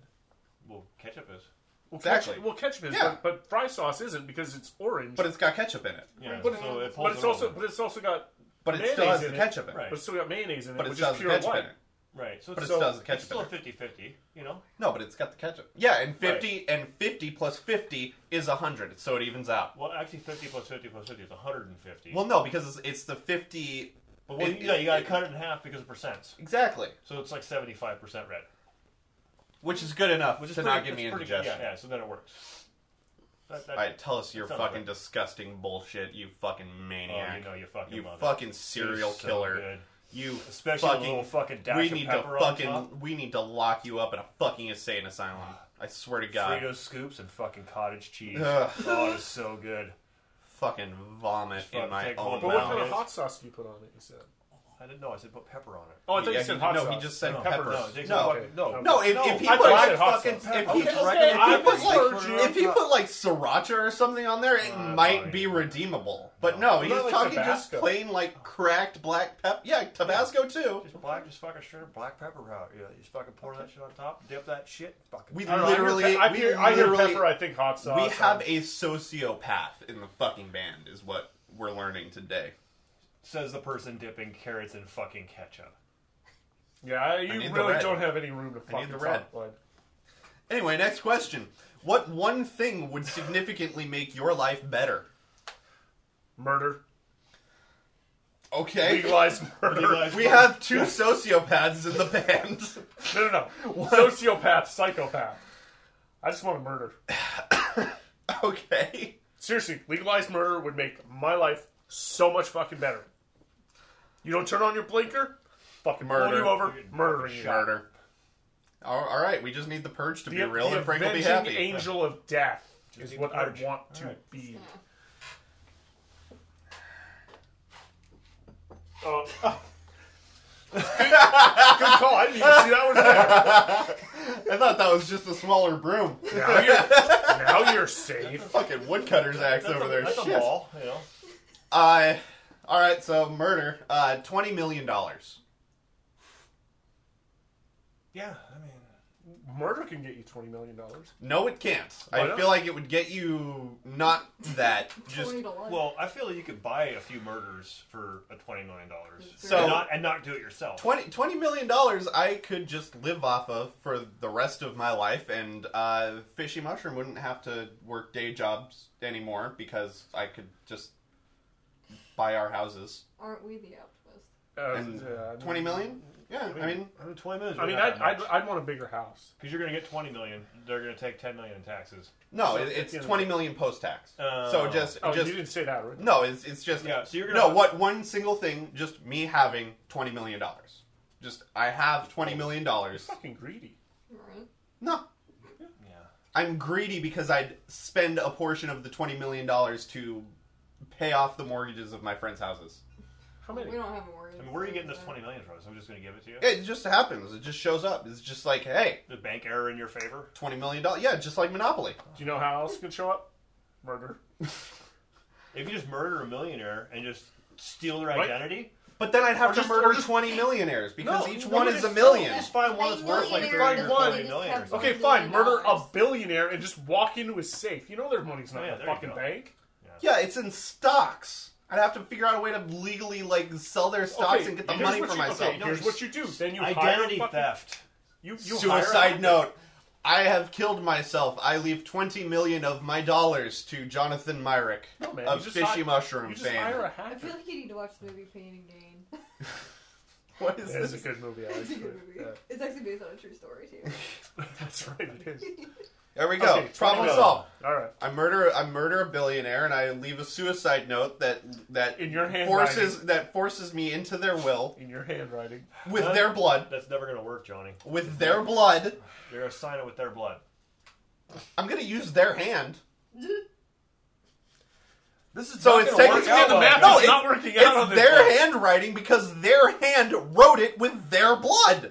[SPEAKER 3] Well, ketchup is.
[SPEAKER 1] Well,
[SPEAKER 2] Exactly.
[SPEAKER 1] Ketchup, well, ketchup is,
[SPEAKER 2] Yeah.
[SPEAKER 1] but, but fry sauce isn't because it's orange.
[SPEAKER 2] But it's got ketchup in it.
[SPEAKER 3] Yeah,
[SPEAKER 1] but,
[SPEAKER 3] so
[SPEAKER 1] it-
[SPEAKER 3] it pulls
[SPEAKER 1] but it's
[SPEAKER 3] it
[SPEAKER 1] also
[SPEAKER 3] over.
[SPEAKER 1] but it's also got
[SPEAKER 2] But it still
[SPEAKER 1] Mayonnaise
[SPEAKER 2] has the
[SPEAKER 1] in it.
[SPEAKER 2] ketchup in it.
[SPEAKER 3] Right.
[SPEAKER 1] but it's still got mayonnaise in it,
[SPEAKER 2] But it
[SPEAKER 1] which
[SPEAKER 2] still
[SPEAKER 1] is
[SPEAKER 2] has the
[SPEAKER 1] pure
[SPEAKER 2] ketchup
[SPEAKER 1] white.
[SPEAKER 2] in it.
[SPEAKER 3] right. So
[SPEAKER 2] But
[SPEAKER 3] it's
[SPEAKER 2] it
[SPEAKER 3] still,
[SPEAKER 2] does the
[SPEAKER 3] it's still
[SPEAKER 2] ketchup
[SPEAKER 3] 50-50, You know.
[SPEAKER 2] No, but it's got the ketchup. Yeah, and fifty and fifty plus fifty is hundred, so it evens out.
[SPEAKER 3] Well, actually, fifty plus fifty plus fifty is one hundred and fifty.
[SPEAKER 2] Well, no, because it's, it's the fifty
[SPEAKER 3] but when,
[SPEAKER 2] it-
[SPEAKER 3] you, know, you got to
[SPEAKER 2] it-
[SPEAKER 3] cut it in half because of percents.
[SPEAKER 2] exactly,
[SPEAKER 3] So it's like seventy-five percent red.
[SPEAKER 2] which is good enough
[SPEAKER 3] Which
[SPEAKER 2] to
[SPEAKER 3] is
[SPEAKER 2] not
[SPEAKER 3] pretty-
[SPEAKER 2] give me
[SPEAKER 3] that's pretty-
[SPEAKER 2] indigestion.
[SPEAKER 3] Yeah, yeah. So then it works. That, that,
[SPEAKER 2] All right, tell us your
[SPEAKER 3] Sounds
[SPEAKER 2] fucking
[SPEAKER 3] good.
[SPEAKER 2] disgusting bullshit, you fucking maniac.
[SPEAKER 3] Oh, you know you fucking
[SPEAKER 2] you
[SPEAKER 3] love it.
[SPEAKER 2] fucking serial
[SPEAKER 3] It's so
[SPEAKER 2] killer.
[SPEAKER 3] good.
[SPEAKER 2] You
[SPEAKER 3] Especially the
[SPEAKER 2] fucking,
[SPEAKER 3] little fucking dash
[SPEAKER 2] we
[SPEAKER 3] of
[SPEAKER 2] need
[SPEAKER 3] pepper
[SPEAKER 2] to
[SPEAKER 3] on
[SPEAKER 2] fucking
[SPEAKER 3] top.
[SPEAKER 2] we need to lock you up in a fucking insane asylum. I swear to God.
[SPEAKER 3] Frito scoops and fucking cottage cheese.
[SPEAKER 2] Ugh.
[SPEAKER 3] Oh, it's so good.
[SPEAKER 2] Fucking vomit in
[SPEAKER 3] Fuck,
[SPEAKER 2] my
[SPEAKER 3] take
[SPEAKER 2] own
[SPEAKER 3] one.
[SPEAKER 1] But what
[SPEAKER 3] Wow.
[SPEAKER 1] kind of
[SPEAKER 2] mouth.
[SPEAKER 1] hot sauce do you put on it? You said.
[SPEAKER 3] I didn't know. I said put pepper on it.
[SPEAKER 1] Oh, I thought
[SPEAKER 2] Yeah,
[SPEAKER 1] you said
[SPEAKER 2] he-
[SPEAKER 1] hot
[SPEAKER 2] no,
[SPEAKER 1] sauce.
[SPEAKER 2] he just said
[SPEAKER 3] no,
[SPEAKER 2] pepper.
[SPEAKER 3] No, Jason,
[SPEAKER 2] No.
[SPEAKER 3] fuck it. no,
[SPEAKER 1] Okay.
[SPEAKER 2] No, if,
[SPEAKER 3] No,
[SPEAKER 2] if he
[SPEAKER 1] I
[SPEAKER 2] put
[SPEAKER 1] thought you said
[SPEAKER 2] like
[SPEAKER 1] hot
[SPEAKER 2] fucking,
[SPEAKER 1] sauce.
[SPEAKER 2] if
[SPEAKER 1] Okay,
[SPEAKER 2] he,
[SPEAKER 1] okay,
[SPEAKER 2] right,
[SPEAKER 1] I
[SPEAKER 2] if he put
[SPEAKER 1] heard
[SPEAKER 2] like,
[SPEAKER 1] you.
[SPEAKER 2] if he put like sriracha or something on there, it
[SPEAKER 3] Uh,
[SPEAKER 2] might
[SPEAKER 3] probably.
[SPEAKER 2] be redeemable. But no, he's
[SPEAKER 1] What about, like,
[SPEAKER 2] talking just
[SPEAKER 1] Tabasco?
[SPEAKER 2] plain like cracked black pepper. Yeah, Tabasco too.
[SPEAKER 3] Just black, just fucking straight up black pepper powder. Yeah, you just fucking pour that shit on top, dip that shit. Fucking.
[SPEAKER 2] We
[SPEAKER 1] I don't know,
[SPEAKER 2] literally,
[SPEAKER 1] I hear, pe- I
[SPEAKER 2] we
[SPEAKER 1] hear, I hear
[SPEAKER 2] literally,
[SPEAKER 1] pepper. I think hot sauce.
[SPEAKER 2] we have a sociopath in the fucking band, is what we're learning today.
[SPEAKER 3] says the person dipping carrots in fucking ketchup.
[SPEAKER 1] Yeah, you
[SPEAKER 2] need the
[SPEAKER 1] really
[SPEAKER 2] red.
[SPEAKER 1] don't have any room to fucking
[SPEAKER 2] the red.
[SPEAKER 1] talk, bud.
[SPEAKER 2] Anyway, next question: What one thing would significantly make your life better?
[SPEAKER 1] Murder.
[SPEAKER 2] Okay,
[SPEAKER 1] Legalized murder.
[SPEAKER 3] Legalized-
[SPEAKER 2] we have two sociopaths in the band.
[SPEAKER 1] No, no, no. Sociopath, psychopath. I just want to murder.
[SPEAKER 2] Okay.
[SPEAKER 1] Seriously, legalized murder would make my life so much fucking better. You don't turn on your blinker, fucking murder.
[SPEAKER 2] Murder.
[SPEAKER 1] you over, murdering you.
[SPEAKER 2] Murder. All, all right, we just need the purge to be
[SPEAKER 1] The,
[SPEAKER 2] real,
[SPEAKER 1] the
[SPEAKER 2] and Frank will be
[SPEAKER 1] avenging
[SPEAKER 2] happy.
[SPEAKER 1] angel of death is
[SPEAKER 3] need
[SPEAKER 1] what
[SPEAKER 3] the
[SPEAKER 1] I
[SPEAKER 3] purge.
[SPEAKER 1] want to
[SPEAKER 3] Alright.
[SPEAKER 1] be. Oh. good, good call. I didn't even see that one there.
[SPEAKER 2] I thought that was just a smaller broom.
[SPEAKER 1] Now you're, now you're safe.
[SPEAKER 2] Fucking woodcutter's axe
[SPEAKER 3] That's
[SPEAKER 2] over
[SPEAKER 3] a,
[SPEAKER 2] there.
[SPEAKER 3] That's
[SPEAKER 2] Shit.
[SPEAKER 3] a ball, you know.
[SPEAKER 2] Uh, all right, so murder. Uh, twenty million dollars.
[SPEAKER 3] Yeah, I mean,
[SPEAKER 1] Murder can get you $20 million.
[SPEAKER 2] No, it can't.
[SPEAKER 1] Why
[SPEAKER 2] I
[SPEAKER 1] not?
[SPEAKER 2] feel like it would get you not that. Just
[SPEAKER 4] Twenty to one.
[SPEAKER 3] well, I feel like you could buy a few murders for a twenty million dollars.
[SPEAKER 4] So-
[SPEAKER 3] and not, and not do it yourself.
[SPEAKER 2] 20, 20 million dollars. I could just live off of for the rest of my life, and uh, Fishy Mushroom wouldn't have to work day jobs anymore because I could just buy our houses.
[SPEAKER 4] Aren't we the optimist?
[SPEAKER 1] Uh,
[SPEAKER 2] And
[SPEAKER 1] yeah, I
[SPEAKER 2] Twenty
[SPEAKER 1] mean-
[SPEAKER 2] million? Yeah, I mean,
[SPEAKER 3] I mean, twenty million.
[SPEAKER 1] I mean, I'd, I'd, I'd want a bigger house.
[SPEAKER 3] because you're gonna get twenty million. They're gonna take ten million in taxes.
[SPEAKER 1] So
[SPEAKER 2] no, it,
[SPEAKER 1] at the
[SPEAKER 2] it's
[SPEAKER 1] end-
[SPEAKER 2] twenty million post tax.
[SPEAKER 3] Oh.
[SPEAKER 2] so just,
[SPEAKER 1] Oh,
[SPEAKER 2] just
[SPEAKER 1] you didn't say that, right?
[SPEAKER 2] no, it's it's just
[SPEAKER 3] Yeah, so you're gonna
[SPEAKER 2] no. What one single thing? Just me having twenty million dollars. Just I have twenty million dollars.
[SPEAKER 1] Fucking greedy.
[SPEAKER 4] Right?
[SPEAKER 2] No,
[SPEAKER 3] Yeah.
[SPEAKER 2] I'm greedy because I'd spend a portion of the twenty million dollars to pay off the mortgages of my friends' houses.
[SPEAKER 1] How many?
[SPEAKER 4] We don't have a mortgage.
[SPEAKER 3] I mean, where are you
[SPEAKER 4] so
[SPEAKER 3] getting this
[SPEAKER 4] that-
[SPEAKER 3] twenty million from? Someone just gonna give it to you?
[SPEAKER 2] It just happens. It just shows up. It's just like, hey,
[SPEAKER 3] The bank error in your favor.
[SPEAKER 2] twenty million dollars. Yeah, just like Monopoly.
[SPEAKER 1] Do you know how else could show up? Murder.
[SPEAKER 3] If you just murder a millionaire and just steal their
[SPEAKER 1] Right.
[SPEAKER 3] identity,
[SPEAKER 2] But then I'd have
[SPEAKER 1] Or
[SPEAKER 2] to
[SPEAKER 1] just-
[SPEAKER 2] murder
[SPEAKER 1] or just-
[SPEAKER 2] twenty millionaires because
[SPEAKER 1] No,
[SPEAKER 2] each
[SPEAKER 1] no,
[SPEAKER 2] one
[SPEAKER 1] but
[SPEAKER 2] is a
[SPEAKER 1] it's-
[SPEAKER 2] million.
[SPEAKER 3] just find one that's worth like
[SPEAKER 4] millionaire
[SPEAKER 3] thirty or
[SPEAKER 4] doesn't
[SPEAKER 1] one.
[SPEAKER 3] forty
[SPEAKER 4] just
[SPEAKER 3] million or
[SPEAKER 4] have
[SPEAKER 3] something.
[SPEAKER 1] Okay,
[SPEAKER 4] Million
[SPEAKER 1] fine. Murder a
[SPEAKER 4] dollars.
[SPEAKER 1] billionaire and just walk into his safe. You know their money's not
[SPEAKER 3] Oh, yeah,
[SPEAKER 1] in
[SPEAKER 3] there
[SPEAKER 1] the
[SPEAKER 3] you
[SPEAKER 1] fucking
[SPEAKER 3] go.
[SPEAKER 1] bank.
[SPEAKER 2] Yeah, it's in stocks. I'd have to figure out a way to legally like sell their stocks
[SPEAKER 1] Okay,
[SPEAKER 2] and get the
[SPEAKER 1] here's
[SPEAKER 2] money
[SPEAKER 1] what
[SPEAKER 2] for
[SPEAKER 1] you-
[SPEAKER 2] myself.
[SPEAKER 1] Okay, here's what you do. Then you
[SPEAKER 3] Identity
[SPEAKER 1] hire a fucking,
[SPEAKER 3] theft.
[SPEAKER 1] You, you hire a-
[SPEAKER 2] Suicide note. I have killed myself. I leave twenty million of my dollars to Jonathan Myrick
[SPEAKER 1] No, man,
[SPEAKER 2] of
[SPEAKER 1] you just
[SPEAKER 2] Fishy
[SPEAKER 1] hire-
[SPEAKER 2] Mushroom
[SPEAKER 1] You just
[SPEAKER 2] fame.
[SPEAKER 1] hire a
[SPEAKER 4] I feel
[SPEAKER 1] hacker.
[SPEAKER 4] like you need to watch the movie Pain and Gain.
[SPEAKER 2] What is
[SPEAKER 1] That is a
[SPEAKER 2] this?
[SPEAKER 1] good movie.
[SPEAKER 4] It's a
[SPEAKER 1] Actually.
[SPEAKER 4] good movie.
[SPEAKER 1] Yeah,
[SPEAKER 4] It's actually based on a true story too.
[SPEAKER 1] that's right. It is.
[SPEAKER 2] There we go.
[SPEAKER 1] Okay,
[SPEAKER 2] Problem
[SPEAKER 1] 20
[SPEAKER 2] solved.
[SPEAKER 1] All right.
[SPEAKER 2] I murder I murder a billionaire and I leave a suicide note that that
[SPEAKER 1] In your handwriting.
[SPEAKER 2] forces that forces me into their will
[SPEAKER 1] In your handwriting.
[SPEAKER 2] with
[SPEAKER 3] Huh?
[SPEAKER 2] their blood
[SPEAKER 3] That's never gonna work, Johnny.
[SPEAKER 2] with their blood.
[SPEAKER 3] They're gonna sign it with their blood.
[SPEAKER 2] I'm gonna use their hand.
[SPEAKER 3] This is
[SPEAKER 2] So it's technically
[SPEAKER 1] out
[SPEAKER 2] the
[SPEAKER 1] well.
[SPEAKER 2] map.
[SPEAKER 1] No,
[SPEAKER 2] No,
[SPEAKER 1] it's
[SPEAKER 2] it's
[SPEAKER 1] not working
[SPEAKER 2] it's
[SPEAKER 1] out on this
[SPEAKER 2] their
[SPEAKER 1] one.
[SPEAKER 2] handwriting because their hand wrote it with their blood.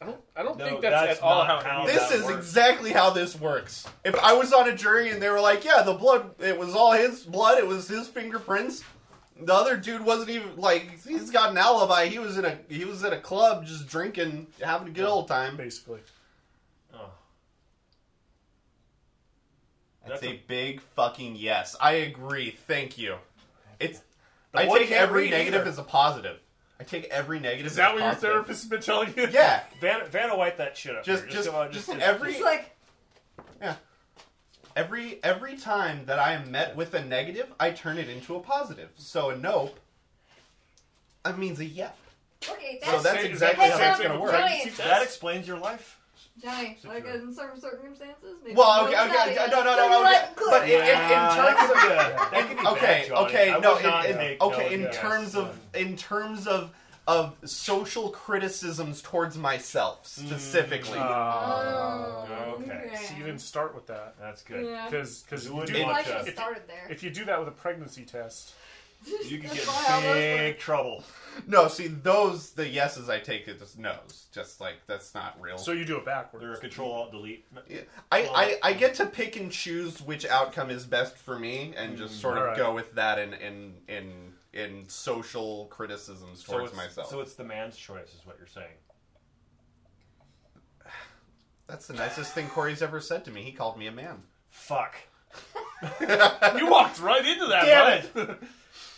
[SPEAKER 1] I don't. I don't
[SPEAKER 3] No,
[SPEAKER 1] think that's,
[SPEAKER 3] that's
[SPEAKER 1] at all
[SPEAKER 3] not
[SPEAKER 1] how.
[SPEAKER 3] how
[SPEAKER 1] any of
[SPEAKER 2] This
[SPEAKER 1] Oh, that
[SPEAKER 2] is
[SPEAKER 1] works.
[SPEAKER 2] exactly how this works. If I was on a jury and they were like, "Yeah, the blood, it was all his blood. It was his fingerprints." The other dude wasn't even like he's got an alibi. He was in a he was at a club just drinking, having a good old time.
[SPEAKER 1] basically.
[SPEAKER 3] Oh.
[SPEAKER 2] That's
[SPEAKER 3] That's
[SPEAKER 2] a
[SPEAKER 3] a-
[SPEAKER 2] big fucking yes. I agree. Thank you. It's
[SPEAKER 3] The
[SPEAKER 2] I
[SPEAKER 3] one
[SPEAKER 2] take
[SPEAKER 3] can't
[SPEAKER 2] every
[SPEAKER 3] read
[SPEAKER 2] negative
[SPEAKER 3] either.
[SPEAKER 2] as a positive. I take every negative.
[SPEAKER 1] Is that
[SPEAKER 2] as
[SPEAKER 1] what
[SPEAKER 2] a
[SPEAKER 1] your
[SPEAKER 2] positive.
[SPEAKER 1] therapist has been telling you?
[SPEAKER 2] Yeah.
[SPEAKER 3] Vanna, Vanna, wipe that shit up.
[SPEAKER 2] Just
[SPEAKER 3] here.
[SPEAKER 2] just
[SPEAKER 3] come on,
[SPEAKER 2] just every
[SPEAKER 4] It's like
[SPEAKER 2] Yeah. Every every time that I am met with a negative, I turn it into a positive. So a nope, that means a yep.
[SPEAKER 4] okay,
[SPEAKER 2] So
[SPEAKER 4] that's
[SPEAKER 2] that's
[SPEAKER 1] Same-
[SPEAKER 2] exactly
[SPEAKER 1] same
[SPEAKER 2] how it's
[SPEAKER 1] thing
[SPEAKER 2] gonna
[SPEAKER 1] with
[SPEAKER 2] work.
[SPEAKER 1] pregnancy
[SPEAKER 4] Right.
[SPEAKER 3] That
[SPEAKER 1] tests.
[SPEAKER 3] explains your life.
[SPEAKER 4] Johnny. Like
[SPEAKER 3] Secure.
[SPEAKER 4] in certain circumstances. Maybe
[SPEAKER 2] Well,
[SPEAKER 4] you
[SPEAKER 2] okay,
[SPEAKER 4] don't
[SPEAKER 2] okay,
[SPEAKER 4] die.
[SPEAKER 2] okay, no, no, no,
[SPEAKER 4] So
[SPEAKER 2] no,
[SPEAKER 4] what?
[SPEAKER 2] yeah,
[SPEAKER 4] Good.
[SPEAKER 2] but it- In- in
[SPEAKER 3] that
[SPEAKER 2] terms
[SPEAKER 3] could be bad. That could be bad,
[SPEAKER 2] Okay,
[SPEAKER 3] Johnny.
[SPEAKER 2] okay,
[SPEAKER 3] I
[SPEAKER 2] no,
[SPEAKER 3] would not
[SPEAKER 2] in, in-
[SPEAKER 3] make
[SPEAKER 2] okay.
[SPEAKER 3] no
[SPEAKER 2] in
[SPEAKER 3] yes.
[SPEAKER 2] terms of in terms of of social criticisms towards myself specifically.
[SPEAKER 3] Mm.
[SPEAKER 1] Uh,
[SPEAKER 4] Oh,
[SPEAKER 3] okay.
[SPEAKER 1] so you didn't start with that
[SPEAKER 3] That's good.
[SPEAKER 4] Yeah.
[SPEAKER 1] because
[SPEAKER 3] You
[SPEAKER 1] you
[SPEAKER 3] wouldn't
[SPEAKER 1] do
[SPEAKER 4] Well, I
[SPEAKER 3] want
[SPEAKER 4] should have
[SPEAKER 3] that.
[SPEAKER 1] If-
[SPEAKER 4] started there.
[SPEAKER 1] if you do that with a pregnancy test.
[SPEAKER 3] You could
[SPEAKER 4] That's
[SPEAKER 3] get
[SPEAKER 4] why I
[SPEAKER 3] in
[SPEAKER 4] almost
[SPEAKER 3] big trouble.
[SPEAKER 2] no, see those the yeses I take it just no's. Just like that's not real.
[SPEAKER 1] So you do it backwards.
[SPEAKER 3] They're a control alt delete.
[SPEAKER 2] Yeah, I, I, I get to pick and choose which outcome is best for me and
[SPEAKER 3] Mm-hmm.
[SPEAKER 2] just sort of
[SPEAKER 1] Alright.
[SPEAKER 2] go with that in in in, in social criticisms
[SPEAKER 3] So
[SPEAKER 2] towards
[SPEAKER 3] it's,
[SPEAKER 2] myself.
[SPEAKER 3] so it's the man's choice, is what you're saying.
[SPEAKER 2] That's the nicest thing Corey's ever said to me. He called me a man.
[SPEAKER 3] Fuck.
[SPEAKER 1] You walked right into that.
[SPEAKER 3] Damn
[SPEAKER 1] right?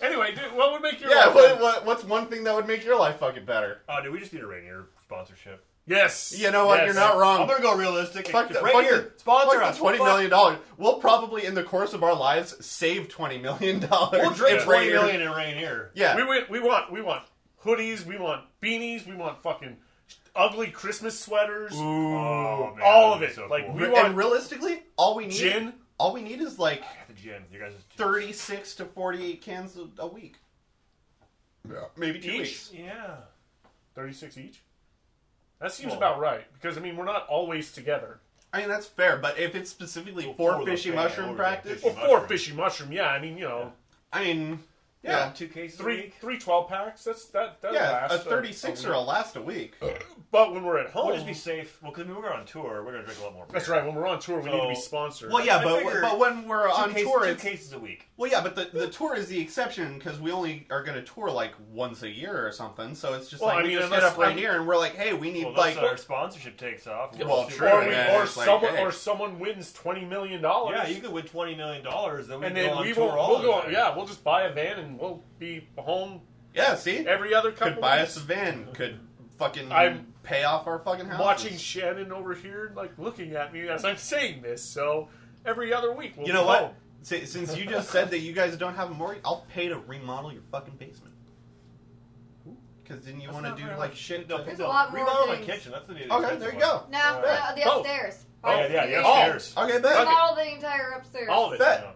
[SPEAKER 1] anyway, dude, what would make your
[SPEAKER 2] Yeah,
[SPEAKER 1] life
[SPEAKER 2] what,
[SPEAKER 1] better?
[SPEAKER 2] what, what's one thing that would make your life fucking better?
[SPEAKER 3] Oh, dude, we just need a Rainier sponsorship.
[SPEAKER 1] Yes.
[SPEAKER 2] You know what?
[SPEAKER 1] Yes.
[SPEAKER 2] You're not wrong.
[SPEAKER 3] I'm gonna go realistic.
[SPEAKER 2] Fuck the,
[SPEAKER 3] right
[SPEAKER 2] fuck
[SPEAKER 3] here,
[SPEAKER 2] the-
[SPEAKER 3] sponsor
[SPEAKER 2] fuck the
[SPEAKER 3] us.
[SPEAKER 2] Twenty million dollars. We'll probably, in the course of our lives, save twenty million dollars.
[SPEAKER 3] We'll drink
[SPEAKER 1] Yeah.
[SPEAKER 3] twenty million in Rainier.
[SPEAKER 2] Yeah,
[SPEAKER 1] We, we we want we want hoodies. We want beanies. We want fucking ugly Christmas sweaters.
[SPEAKER 3] Oh, man,
[SPEAKER 1] all
[SPEAKER 3] that'd
[SPEAKER 1] of
[SPEAKER 3] be
[SPEAKER 1] it.
[SPEAKER 3] so
[SPEAKER 1] like
[SPEAKER 3] cool.
[SPEAKER 1] we
[SPEAKER 2] and
[SPEAKER 1] want
[SPEAKER 2] realistically, all we need,
[SPEAKER 1] gin.
[SPEAKER 2] all we need is like
[SPEAKER 3] Got the gin. You guys are
[SPEAKER 2] thirty-six to forty-eight cans a, a week. Yeah, maybe two
[SPEAKER 1] Each?
[SPEAKER 2] weeks.
[SPEAKER 3] Yeah.
[SPEAKER 1] Thirty-six each. That seems
[SPEAKER 3] Well-
[SPEAKER 1] about right because I mean we're not always together.
[SPEAKER 2] I mean, that's fair, but if it's specifically
[SPEAKER 3] for
[SPEAKER 2] for
[SPEAKER 3] the
[SPEAKER 2] fishy
[SPEAKER 3] fan,
[SPEAKER 2] mushroom
[SPEAKER 3] over the
[SPEAKER 2] practice,
[SPEAKER 1] Well,
[SPEAKER 3] fishy-
[SPEAKER 1] four
[SPEAKER 3] Mushroom.
[SPEAKER 1] fishy mushroom. Yeah, I mean you know
[SPEAKER 2] I mean, yeah,
[SPEAKER 3] Two cases.
[SPEAKER 1] three three twelve packs. That's that that
[SPEAKER 2] yeah,
[SPEAKER 1] last uh,
[SPEAKER 2] a thirty-six
[SPEAKER 1] a
[SPEAKER 2] or a
[SPEAKER 1] week.
[SPEAKER 2] last a week.
[SPEAKER 1] But when we're at home,
[SPEAKER 3] We'll just be safe. Well, because we're on tour, we're gonna drink a lot more. Beer.
[SPEAKER 1] that's right. When we're on tour, we need to be
[SPEAKER 3] So-
[SPEAKER 1] sponsored.
[SPEAKER 2] Well, yeah,
[SPEAKER 3] I
[SPEAKER 2] but
[SPEAKER 3] figure
[SPEAKER 2] but when we're
[SPEAKER 3] Two
[SPEAKER 2] on
[SPEAKER 3] cases,
[SPEAKER 2] tour,
[SPEAKER 3] two
[SPEAKER 2] it's
[SPEAKER 3] cases a week.
[SPEAKER 2] Well, yeah, but the, the tour is the exception because we only are going to tour like once a year or something. So it's just
[SPEAKER 1] Well,
[SPEAKER 2] like
[SPEAKER 1] I
[SPEAKER 2] we
[SPEAKER 1] mean,
[SPEAKER 2] just hit
[SPEAKER 1] unless-
[SPEAKER 2] up right
[SPEAKER 1] I'm-
[SPEAKER 2] here and we're like, hey, we need
[SPEAKER 3] Well, unless
[SPEAKER 2] like
[SPEAKER 3] our sponsorship takes off.
[SPEAKER 2] Well,
[SPEAKER 3] we'll see
[SPEAKER 2] true,
[SPEAKER 3] what
[SPEAKER 1] or, we,
[SPEAKER 3] it
[SPEAKER 2] yeah,
[SPEAKER 1] or
[SPEAKER 3] is.
[SPEAKER 2] it's like,
[SPEAKER 1] someone
[SPEAKER 2] hey.
[SPEAKER 1] or someone wins twenty million dollars.
[SPEAKER 3] yeah, you could win twenty million dollars, then we
[SPEAKER 1] and
[SPEAKER 3] can go
[SPEAKER 1] then
[SPEAKER 3] on
[SPEAKER 1] we will
[SPEAKER 3] tour all
[SPEAKER 1] we'll
[SPEAKER 3] the
[SPEAKER 1] go.
[SPEAKER 3] time.
[SPEAKER 1] Yeah, we'll just buy a van and we'll be home
[SPEAKER 2] yeah, see,
[SPEAKER 1] every other couple.
[SPEAKER 2] could buy
[SPEAKER 1] weeks.
[SPEAKER 2] us a van, could fucking
[SPEAKER 1] I'm
[SPEAKER 2] pay off our fucking house.
[SPEAKER 1] Watching Shannon over here, like looking at me as I'm saying this. So every other week, we'll
[SPEAKER 2] you know
[SPEAKER 1] be
[SPEAKER 2] what?
[SPEAKER 1] home.
[SPEAKER 2] Si- Since you just said that you guys don't have a mortgage, I'll pay to remodel your fucking basement. Because then you
[SPEAKER 3] That's
[SPEAKER 2] want
[SPEAKER 3] not
[SPEAKER 2] to do
[SPEAKER 3] very
[SPEAKER 2] like
[SPEAKER 3] much.
[SPEAKER 2] shit.
[SPEAKER 3] No,
[SPEAKER 2] to-
[SPEAKER 4] There's a
[SPEAKER 3] no,
[SPEAKER 4] lot more
[SPEAKER 3] remodel my
[SPEAKER 4] things.
[SPEAKER 3] kitchen. That's the new.
[SPEAKER 2] Okay, there you go. Oh.
[SPEAKER 4] No,
[SPEAKER 3] All right.
[SPEAKER 4] no, the
[SPEAKER 1] Oh.
[SPEAKER 4] upstairs.
[SPEAKER 1] Oh,
[SPEAKER 3] Yeah, yeah, Oh, the
[SPEAKER 4] Upstairs.
[SPEAKER 3] upstairs.
[SPEAKER 2] Okay, bet,
[SPEAKER 4] Remodel the entire upstairs.
[SPEAKER 1] All of it.
[SPEAKER 2] bet,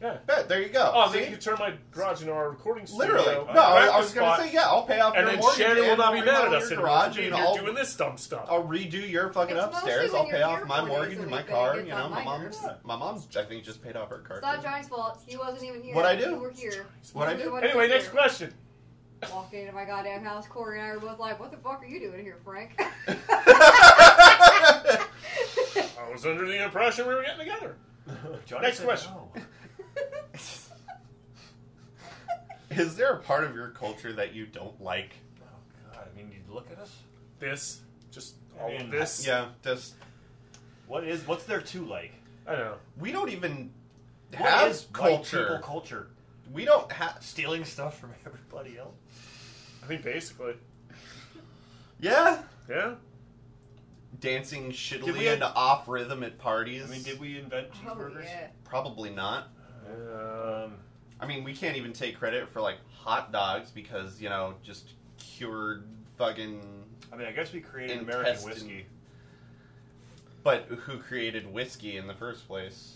[SPEAKER 1] Yeah.
[SPEAKER 2] bet. There you go.
[SPEAKER 1] Oh,
[SPEAKER 2] See?
[SPEAKER 1] then you could turn my garage into our recording studio.
[SPEAKER 2] Literally.
[SPEAKER 1] a
[SPEAKER 2] No, I, I
[SPEAKER 1] practice
[SPEAKER 2] was going
[SPEAKER 1] spot,
[SPEAKER 2] to say, yeah, I'll pay off
[SPEAKER 1] And
[SPEAKER 2] your
[SPEAKER 1] then
[SPEAKER 2] mortgage.
[SPEAKER 1] Shannon will
[SPEAKER 2] and
[SPEAKER 1] not be mad at
[SPEAKER 2] remodel
[SPEAKER 1] us
[SPEAKER 2] your
[SPEAKER 1] anymore.
[SPEAKER 2] garage,
[SPEAKER 1] You're
[SPEAKER 2] and I'll,
[SPEAKER 1] doing this dumb stuff.
[SPEAKER 2] I'll redo your fucking
[SPEAKER 4] It's mostly
[SPEAKER 2] upstairs.
[SPEAKER 4] when
[SPEAKER 2] I'll
[SPEAKER 4] your
[SPEAKER 2] pay off
[SPEAKER 4] ear
[SPEAKER 2] my
[SPEAKER 4] corners
[SPEAKER 2] mortgage
[SPEAKER 4] that
[SPEAKER 2] and
[SPEAKER 4] we
[SPEAKER 2] my
[SPEAKER 4] think
[SPEAKER 2] car.
[SPEAKER 4] it's
[SPEAKER 2] You know,
[SPEAKER 4] on
[SPEAKER 2] my
[SPEAKER 4] mine.
[SPEAKER 2] mom's, my mom's, I think, just paid off her car.
[SPEAKER 4] It's not
[SPEAKER 2] too.
[SPEAKER 4] John's fault. He wasn't even here.
[SPEAKER 2] What'd I
[SPEAKER 4] You
[SPEAKER 2] do?
[SPEAKER 4] were here.
[SPEAKER 2] What'd I
[SPEAKER 4] You
[SPEAKER 2] do?
[SPEAKER 4] were
[SPEAKER 1] Anyway,
[SPEAKER 4] here.
[SPEAKER 1] next question.
[SPEAKER 4] Walked into my goddamn house. Corey and I were both like, "What the fuck are you doing here, Frank?"
[SPEAKER 1] I was under the impression we were getting together.
[SPEAKER 3] Johnny
[SPEAKER 1] Next
[SPEAKER 3] said
[SPEAKER 1] question.
[SPEAKER 3] no. Oh,
[SPEAKER 2] Is there a part of your culture that you don't like?
[SPEAKER 3] Oh God! I mean, you look at us.
[SPEAKER 1] This, just all
[SPEAKER 3] I mean,
[SPEAKER 1] of this.
[SPEAKER 2] Yeah, just
[SPEAKER 3] What is? What's there to like?
[SPEAKER 1] I don't know.
[SPEAKER 2] we don't even
[SPEAKER 3] What
[SPEAKER 2] have
[SPEAKER 3] is white
[SPEAKER 2] culture.
[SPEAKER 3] people culture?
[SPEAKER 2] we don't have.
[SPEAKER 3] Stealing stuff from everybody else.
[SPEAKER 1] I think basically,
[SPEAKER 2] Yeah,
[SPEAKER 1] yeah.
[SPEAKER 2] dancing shittily
[SPEAKER 3] we-
[SPEAKER 2] and off rhythm at parties.
[SPEAKER 3] I mean, did we invent
[SPEAKER 4] oh
[SPEAKER 3] cheeseburgers?
[SPEAKER 4] yeah.
[SPEAKER 2] Probably not.
[SPEAKER 1] Um,
[SPEAKER 2] I mean, we can't even take credit for like hot dogs because you know just cured fucking.
[SPEAKER 3] I mean, I guess we created American
[SPEAKER 2] Intestine.
[SPEAKER 3] whiskey,
[SPEAKER 2] But who created whiskey in the first place?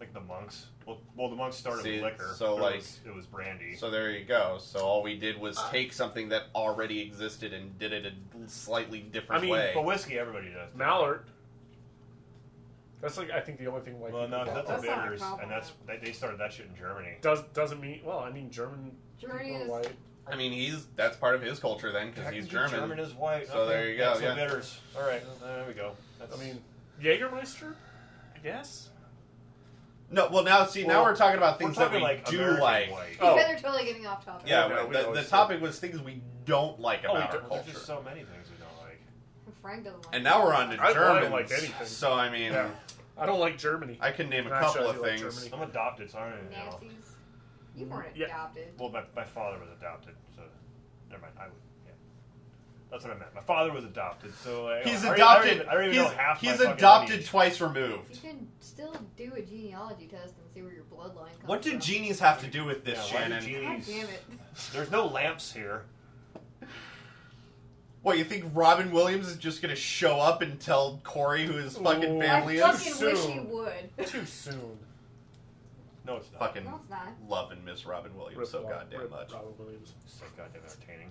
[SPEAKER 3] like the monks. Well, well the monks started
[SPEAKER 2] See,
[SPEAKER 3] with liquor.
[SPEAKER 2] so,
[SPEAKER 3] but
[SPEAKER 2] like-
[SPEAKER 3] it was, it was brandy.
[SPEAKER 2] So there you go. So all we did was
[SPEAKER 3] Uh,
[SPEAKER 2] take something that already existed and did it a slightly different
[SPEAKER 1] I mean,
[SPEAKER 2] way.
[SPEAKER 3] but whiskey, everybody does.
[SPEAKER 1] Mallard. That's like I think the only thing like
[SPEAKER 3] Well, no, that's,
[SPEAKER 4] That's
[SPEAKER 3] a
[SPEAKER 4] not a
[SPEAKER 3] bitters, and
[SPEAKER 4] compliment.
[SPEAKER 3] that's they, they started that shit in Germany.
[SPEAKER 1] does doesn't mean well. I mean German
[SPEAKER 4] Germany
[SPEAKER 1] people are
[SPEAKER 4] is-
[SPEAKER 1] white.
[SPEAKER 2] I mean, he's that's part of his culture then because he's
[SPEAKER 3] Technically,
[SPEAKER 2] German.
[SPEAKER 3] German is white.
[SPEAKER 2] So
[SPEAKER 3] okay.
[SPEAKER 2] there you go,
[SPEAKER 3] That's the
[SPEAKER 2] yeah.
[SPEAKER 3] bitters. All right, well, there we go. That's,
[SPEAKER 1] I mean Jägermeister, I guess.
[SPEAKER 2] No, well now see now
[SPEAKER 3] Well,
[SPEAKER 2] we're talking about
[SPEAKER 3] we're
[SPEAKER 2] things that
[SPEAKER 3] talking
[SPEAKER 2] we
[SPEAKER 3] like
[SPEAKER 2] do
[SPEAKER 3] American
[SPEAKER 2] like.
[SPEAKER 3] white.
[SPEAKER 1] Oh.
[SPEAKER 4] You guys are totally getting off topic.
[SPEAKER 2] Yeah,
[SPEAKER 1] Yeah, we
[SPEAKER 2] the, the
[SPEAKER 1] always
[SPEAKER 2] topic was things we don't like
[SPEAKER 1] Oh, we
[SPEAKER 2] about our
[SPEAKER 1] don't-
[SPEAKER 3] There's
[SPEAKER 2] culture.
[SPEAKER 3] just so many things we don't like.
[SPEAKER 4] Frank doesn't like
[SPEAKER 2] And now we're on to
[SPEAKER 1] I don't
[SPEAKER 2] Germans.
[SPEAKER 1] like anything.
[SPEAKER 2] So I mean,
[SPEAKER 1] Yeah. I don't like Germany.
[SPEAKER 2] I can name a
[SPEAKER 1] Actually,
[SPEAKER 2] couple
[SPEAKER 1] I
[SPEAKER 2] of
[SPEAKER 1] do like
[SPEAKER 2] things.
[SPEAKER 1] Germany.
[SPEAKER 3] I'm adopted, so I don't even know.
[SPEAKER 4] Nasties. You weren't
[SPEAKER 1] Yeah.
[SPEAKER 4] adopted.
[SPEAKER 3] Well, my, my father was adopted, so never mind. I would. Yeah, that's what I meant. My father was adopted, so I,
[SPEAKER 2] He's
[SPEAKER 3] I don't-
[SPEAKER 2] adopted.
[SPEAKER 3] I don't even, I don't even
[SPEAKER 2] he's
[SPEAKER 3] know half. my
[SPEAKER 2] he's
[SPEAKER 3] fucking
[SPEAKER 2] adopted
[SPEAKER 3] lineage.
[SPEAKER 2] twice removed.
[SPEAKER 4] You can still do a genealogy test and see where your bloodline comes
[SPEAKER 2] What do
[SPEAKER 4] from.
[SPEAKER 2] genies have to do with this,
[SPEAKER 3] Yeah, why do
[SPEAKER 2] Shannon?
[SPEAKER 4] God
[SPEAKER 3] genies-
[SPEAKER 4] damn it.
[SPEAKER 3] There's no lamps here.
[SPEAKER 2] What you think Robin Williams is just gonna show up and tell Corey who his fucking
[SPEAKER 1] Ooh.
[SPEAKER 2] family
[SPEAKER 4] I
[SPEAKER 2] is?
[SPEAKER 4] fucking wish he
[SPEAKER 1] soon.
[SPEAKER 4] would.
[SPEAKER 1] Too soon.
[SPEAKER 3] No, it's not.
[SPEAKER 2] Fucking
[SPEAKER 4] No, it's not.
[SPEAKER 2] love and miss Robin Williams
[SPEAKER 1] Rip
[SPEAKER 2] so
[SPEAKER 1] Rob-
[SPEAKER 2] goddamn
[SPEAKER 1] rip
[SPEAKER 2] much.
[SPEAKER 1] Robin Williams.
[SPEAKER 3] It's so goddamn entertaining.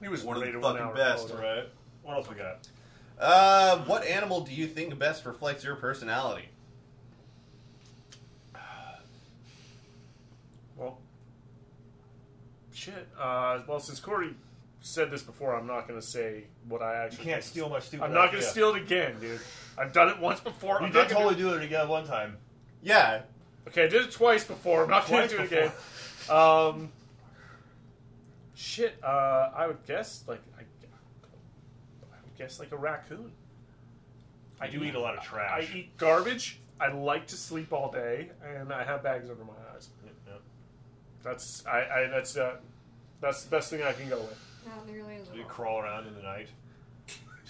[SPEAKER 1] He was
[SPEAKER 2] One of the
[SPEAKER 1] rated
[SPEAKER 2] fucking
[SPEAKER 1] hour
[SPEAKER 2] best.
[SPEAKER 1] photo.
[SPEAKER 3] Right. What else we got?
[SPEAKER 2] Uh, what animal do you think best reflects your personality?
[SPEAKER 1] Well, shit. Uh, well, since Corey said this before, I'm not going to say what I
[SPEAKER 3] You
[SPEAKER 1] actually. think.
[SPEAKER 3] can't steal my stupid.
[SPEAKER 1] I'm not going to
[SPEAKER 3] idea.
[SPEAKER 1] steal it again, dude. I've done it once before.
[SPEAKER 3] You
[SPEAKER 1] I'm
[SPEAKER 3] did
[SPEAKER 1] not
[SPEAKER 3] totally
[SPEAKER 1] gonna
[SPEAKER 3] do it again one time.
[SPEAKER 2] Yeah,
[SPEAKER 1] do- Okay, I did it twice before. I'm not going
[SPEAKER 3] Twice
[SPEAKER 1] to do it
[SPEAKER 3] before.
[SPEAKER 1] again. Um, shit. Uh, I would guess like I, I would guess like a raccoon.
[SPEAKER 3] I do eat a lot of
[SPEAKER 1] I
[SPEAKER 3] trash.
[SPEAKER 1] eat garbage. I like to sleep all day, and I have bags under my eyes.
[SPEAKER 3] Yeah, yeah.
[SPEAKER 1] That's I. I that's uh, that's the best thing I can go with.
[SPEAKER 4] Not nearly as
[SPEAKER 3] Do you
[SPEAKER 4] well.
[SPEAKER 3] crawl around in the night?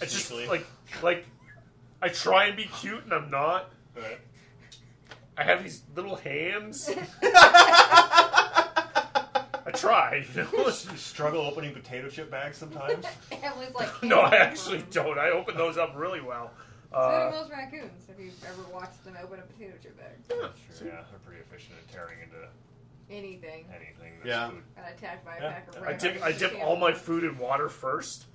[SPEAKER 1] It's just
[SPEAKER 3] Sneakily?
[SPEAKER 1] like like I try and be cute, and I'm not.
[SPEAKER 3] Right.
[SPEAKER 1] I have these little hands. I try, you know.
[SPEAKER 3] You struggle opening potato chip bags sometimes.
[SPEAKER 4] Emily's like,
[SPEAKER 1] no, I actually don't. I open those up really well.
[SPEAKER 4] So do
[SPEAKER 1] Uh,
[SPEAKER 4] most raccoons. If you've ever watched them open a potato chip bag,
[SPEAKER 3] Sure, yeah, they're pretty efficient at tearing into
[SPEAKER 4] anything
[SPEAKER 3] anything. That's
[SPEAKER 2] Yeah.
[SPEAKER 3] Food.
[SPEAKER 4] got attacked by a
[SPEAKER 3] Yeah.
[SPEAKER 4] pack of
[SPEAKER 1] I
[SPEAKER 4] raccoons.
[SPEAKER 1] dip I dip all my food in water first.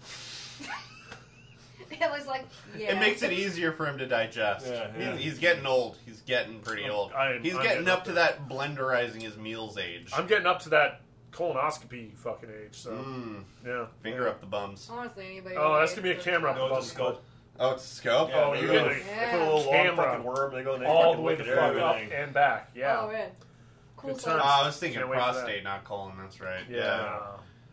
[SPEAKER 4] Emily's like, yeah.
[SPEAKER 2] it makes it easier for him to digest.
[SPEAKER 3] Yeah, yeah.
[SPEAKER 2] He's, he's getting old. He's getting pretty
[SPEAKER 1] I'm-
[SPEAKER 2] old.
[SPEAKER 1] I'm-
[SPEAKER 2] he's
[SPEAKER 1] I'm
[SPEAKER 2] getting
[SPEAKER 1] getting
[SPEAKER 2] up
[SPEAKER 1] up
[SPEAKER 2] to that blenderizing his meals age.
[SPEAKER 1] I'm getting up to that colonoscopy fucking age, so
[SPEAKER 2] Mm,
[SPEAKER 1] yeah.
[SPEAKER 2] finger up the bums.
[SPEAKER 4] Honestly, anybody.
[SPEAKER 1] Oh,
[SPEAKER 4] would
[SPEAKER 1] that's
[SPEAKER 4] get
[SPEAKER 1] gonna be a
[SPEAKER 4] the-
[SPEAKER 1] camera.
[SPEAKER 3] No, it's a scope.
[SPEAKER 2] Oh, it's a scope.
[SPEAKER 3] Yeah,
[SPEAKER 1] Oh,
[SPEAKER 3] they
[SPEAKER 1] you're
[SPEAKER 3] go-
[SPEAKER 1] getting-
[SPEAKER 3] they put a little long
[SPEAKER 1] Camera.
[SPEAKER 3] fucking worm. They go and they
[SPEAKER 1] All
[SPEAKER 3] fucking
[SPEAKER 1] the way
[SPEAKER 3] look
[SPEAKER 1] the
[SPEAKER 3] at
[SPEAKER 1] fuck up
[SPEAKER 3] everything.
[SPEAKER 1] and back.
[SPEAKER 4] Oh,
[SPEAKER 1] Yeah.
[SPEAKER 4] man. Cool
[SPEAKER 1] Good
[SPEAKER 2] Oh,
[SPEAKER 1] times.
[SPEAKER 4] sides.
[SPEAKER 2] I was thinking
[SPEAKER 1] Can't wait for that.
[SPEAKER 2] prostate, not colon. That's right.
[SPEAKER 1] yeah.
[SPEAKER 2] yeah.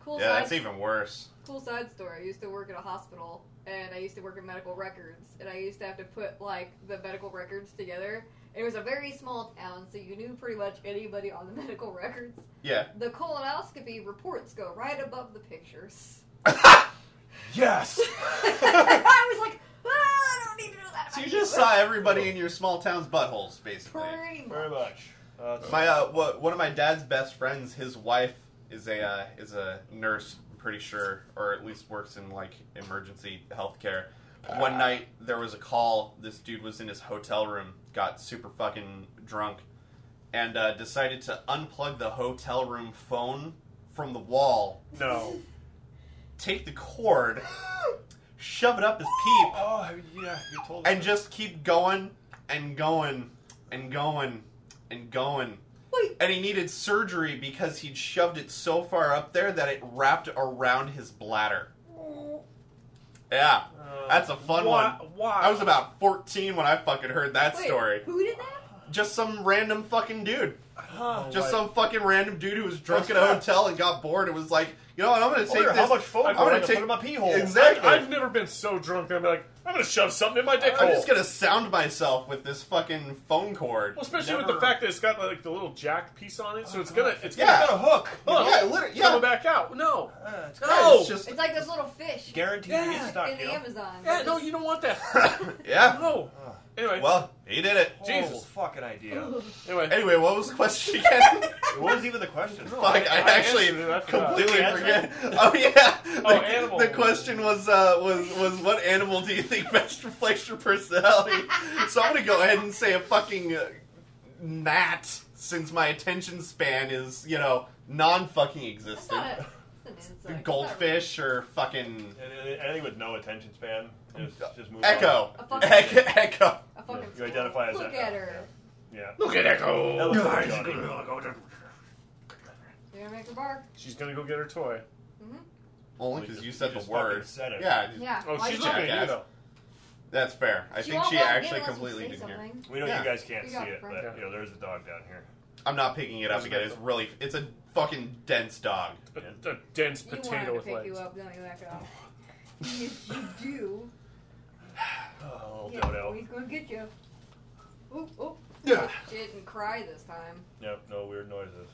[SPEAKER 4] Cool
[SPEAKER 2] Yeah,
[SPEAKER 4] sides.
[SPEAKER 2] that's even worse.
[SPEAKER 4] cool side story. I used to work at a hospital and I used to work in medical records and I used to have to put like the medical records together. It was a very small town, so you knew pretty much anybody on the medical records.
[SPEAKER 2] Yeah.
[SPEAKER 4] The colonoscopy reports go right above the pictures.
[SPEAKER 3] Yes.
[SPEAKER 4] I was like, "Ah, I don't need to know that.
[SPEAKER 2] So you
[SPEAKER 4] about
[SPEAKER 2] just saw everybody in your small town's buttholes, basically.
[SPEAKER 4] pretty
[SPEAKER 3] Very
[SPEAKER 4] much.
[SPEAKER 3] much. Uh, it's-
[SPEAKER 2] My uh, wha- one of my dad's best friends, his wife is a uh, is a nurse, I'm pretty sure, or at least works in like emergency healthcare. One night there was a call. This dude was in his hotel room, got super fucking drunk, and uh, decided to unplug the hotel room phone from the wall,
[SPEAKER 1] No.
[SPEAKER 2] take the cord, shove it up his peep,
[SPEAKER 3] oh yeah, you told.
[SPEAKER 2] and just keep going and going and going and going.
[SPEAKER 4] Wait.
[SPEAKER 2] And he needed surgery because he'd shoved it so far up there that it wrapped around his bladder. Yeah.
[SPEAKER 3] Uh,
[SPEAKER 2] That's a fun
[SPEAKER 1] why,
[SPEAKER 2] one.
[SPEAKER 1] Why?
[SPEAKER 2] I was about 14 when I fucking heard that
[SPEAKER 4] Wait,
[SPEAKER 2] story.
[SPEAKER 4] Who did that?
[SPEAKER 2] Just some random fucking dude.
[SPEAKER 3] huh.
[SPEAKER 1] Oh, Like-
[SPEAKER 2] Just some fucking random dude who was drunk at
[SPEAKER 3] That's
[SPEAKER 2] a
[SPEAKER 3] right.
[SPEAKER 2] hotel and got bored and was like, you know what, I'm gonna take
[SPEAKER 3] Wonder
[SPEAKER 2] this.
[SPEAKER 3] Oh, how much phone
[SPEAKER 2] I'm
[SPEAKER 3] cord I
[SPEAKER 2] gonna
[SPEAKER 3] can
[SPEAKER 2] take
[SPEAKER 3] put in my pee hole.
[SPEAKER 2] Exactly.
[SPEAKER 1] I, have never been so drunk that I'm like, I'm gonna shove something in my dick
[SPEAKER 2] I'm
[SPEAKER 1] hole.
[SPEAKER 2] just gonna sound myself with this fucking phone cord.
[SPEAKER 1] Well, especially with
[SPEAKER 3] Never-
[SPEAKER 1] the fact that it's got like the little jack piece on it, so it's gonna it's
[SPEAKER 2] Yeah.
[SPEAKER 1] gonna
[SPEAKER 3] I got a hook.
[SPEAKER 1] Look,
[SPEAKER 2] yeah, literally, yeah.
[SPEAKER 1] come back out. No,
[SPEAKER 3] Uh, it's
[SPEAKER 1] No.
[SPEAKER 2] Yeah, it's just-
[SPEAKER 4] It's like those little fish
[SPEAKER 3] guaranteed to
[SPEAKER 1] Yeah.
[SPEAKER 3] get stuck.
[SPEAKER 4] in the
[SPEAKER 3] you know?
[SPEAKER 4] Amazon.
[SPEAKER 1] yeah,
[SPEAKER 4] They're
[SPEAKER 1] no,
[SPEAKER 4] just-
[SPEAKER 1] you don't want that.
[SPEAKER 2] yeah.
[SPEAKER 1] no.
[SPEAKER 3] Ugh.
[SPEAKER 1] Anyway,
[SPEAKER 2] Well, he did it.
[SPEAKER 1] Jesus.
[SPEAKER 3] Whole fucking idea.
[SPEAKER 1] anyway,
[SPEAKER 2] Anyway, what was the question again?
[SPEAKER 3] what was even the question?
[SPEAKER 2] Fuck, I,
[SPEAKER 1] I
[SPEAKER 2] actually
[SPEAKER 1] answered it, I forgot.
[SPEAKER 2] completely
[SPEAKER 3] You answered
[SPEAKER 2] forget. Oh yeah. The,
[SPEAKER 1] Oh, animal.
[SPEAKER 2] The question was uh, was was what animal do you think best reflects your personality? so I'm gonna go ahead and say a fucking uh, gnat, since my attention span is you know non fucking
[SPEAKER 4] That's
[SPEAKER 2] existent.
[SPEAKER 4] not a, that's an insect.
[SPEAKER 2] Goldfish or fucking
[SPEAKER 3] And- and- and Anything with no attention span, just, just move on.
[SPEAKER 2] echo.
[SPEAKER 4] A fucking-
[SPEAKER 2] Echo. echo.
[SPEAKER 4] A fucking
[SPEAKER 3] You identify as
[SPEAKER 4] Look
[SPEAKER 3] echo,
[SPEAKER 4] at her.
[SPEAKER 3] Yeah.
[SPEAKER 1] look at
[SPEAKER 3] That
[SPEAKER 1] Echo.
[SPEAKER 3] was pretty funny.
[SPEAKER 4] You're gonna make her bark.
[SPEAKER 1] She's gonna go get her toy.
[SPEAKER 2] Only because
[SPEAKER 3] just-
[SPEAKER 2] you said
[SPEAKER 3] just
[SPEAKER 2] the
[SPEAKER 3] fucking
[SPEAKER 2] word.
[SPEAKER 3] said it.
[SPEAKER 2] Yeah,
[SPEAKER 4] Yeah.
[SPEAKER 1] Oh,
[SPEAKER 4] why
[SPEAKER 1] she's
[SPEAKER 4] did you-
[SPEAKER 1] looking at you
[SPEAKER 2] jackass.
[SPEAKER 1] though.
[SPEAKER 2] that's fair. I think
[SPEAKER 4] won't
[SPEAKER 2] she
[SPEAKER 4] bark again
[SPEAKER 2] actually
[SPEAKER 4] unless you
[SPEAKER 2] completely
[SPEAKER 4] say
[SPEAKER 2] didn't hear.
[SPEAKER 4] something.
[SPEAKER 3] We know
[SPEAKER 2] Yeah.
[SPEAKER 3] you guys can't
[SPEAKER 4] You
[SPEAKER 3] see
[SPEAKER 4] got
[SPEAKER 3] it,
[SPEAKER 4] friends.
[SPEAKER 3] but you know there's a dog down here.
[SPEAKER 2] I'm not picking it up
[SPEAKER 1] Doesn't
[SPEAKER 2] again.
[SPEAKER 1] matter.
[SPEAKER 2] It's really, it's a fucking dense dog.
[SPEAKER 1] A, a dense
[SPEAKER 4] You want her
[SPEAKER 1] potato
[SPEAKER 4] to
[SPEAKER 1] with
[SPEAKER 4] pick
[SPEAKER 1] legs.
[SPEAKER 4] you up, don't you, Echo? Yes, you do.
[SPEAKER 3] Oh,
[SPEAKER 4] Yeah,
[SPEAKER 3] dodo.
[SPEAKER 4] he's gonna get you. Oop, oop.
[SPEAKER 2] Yeah.
[SPEAKER 4] She didn't cry this time.
[SPEAKER 3] Yep, no weird noises.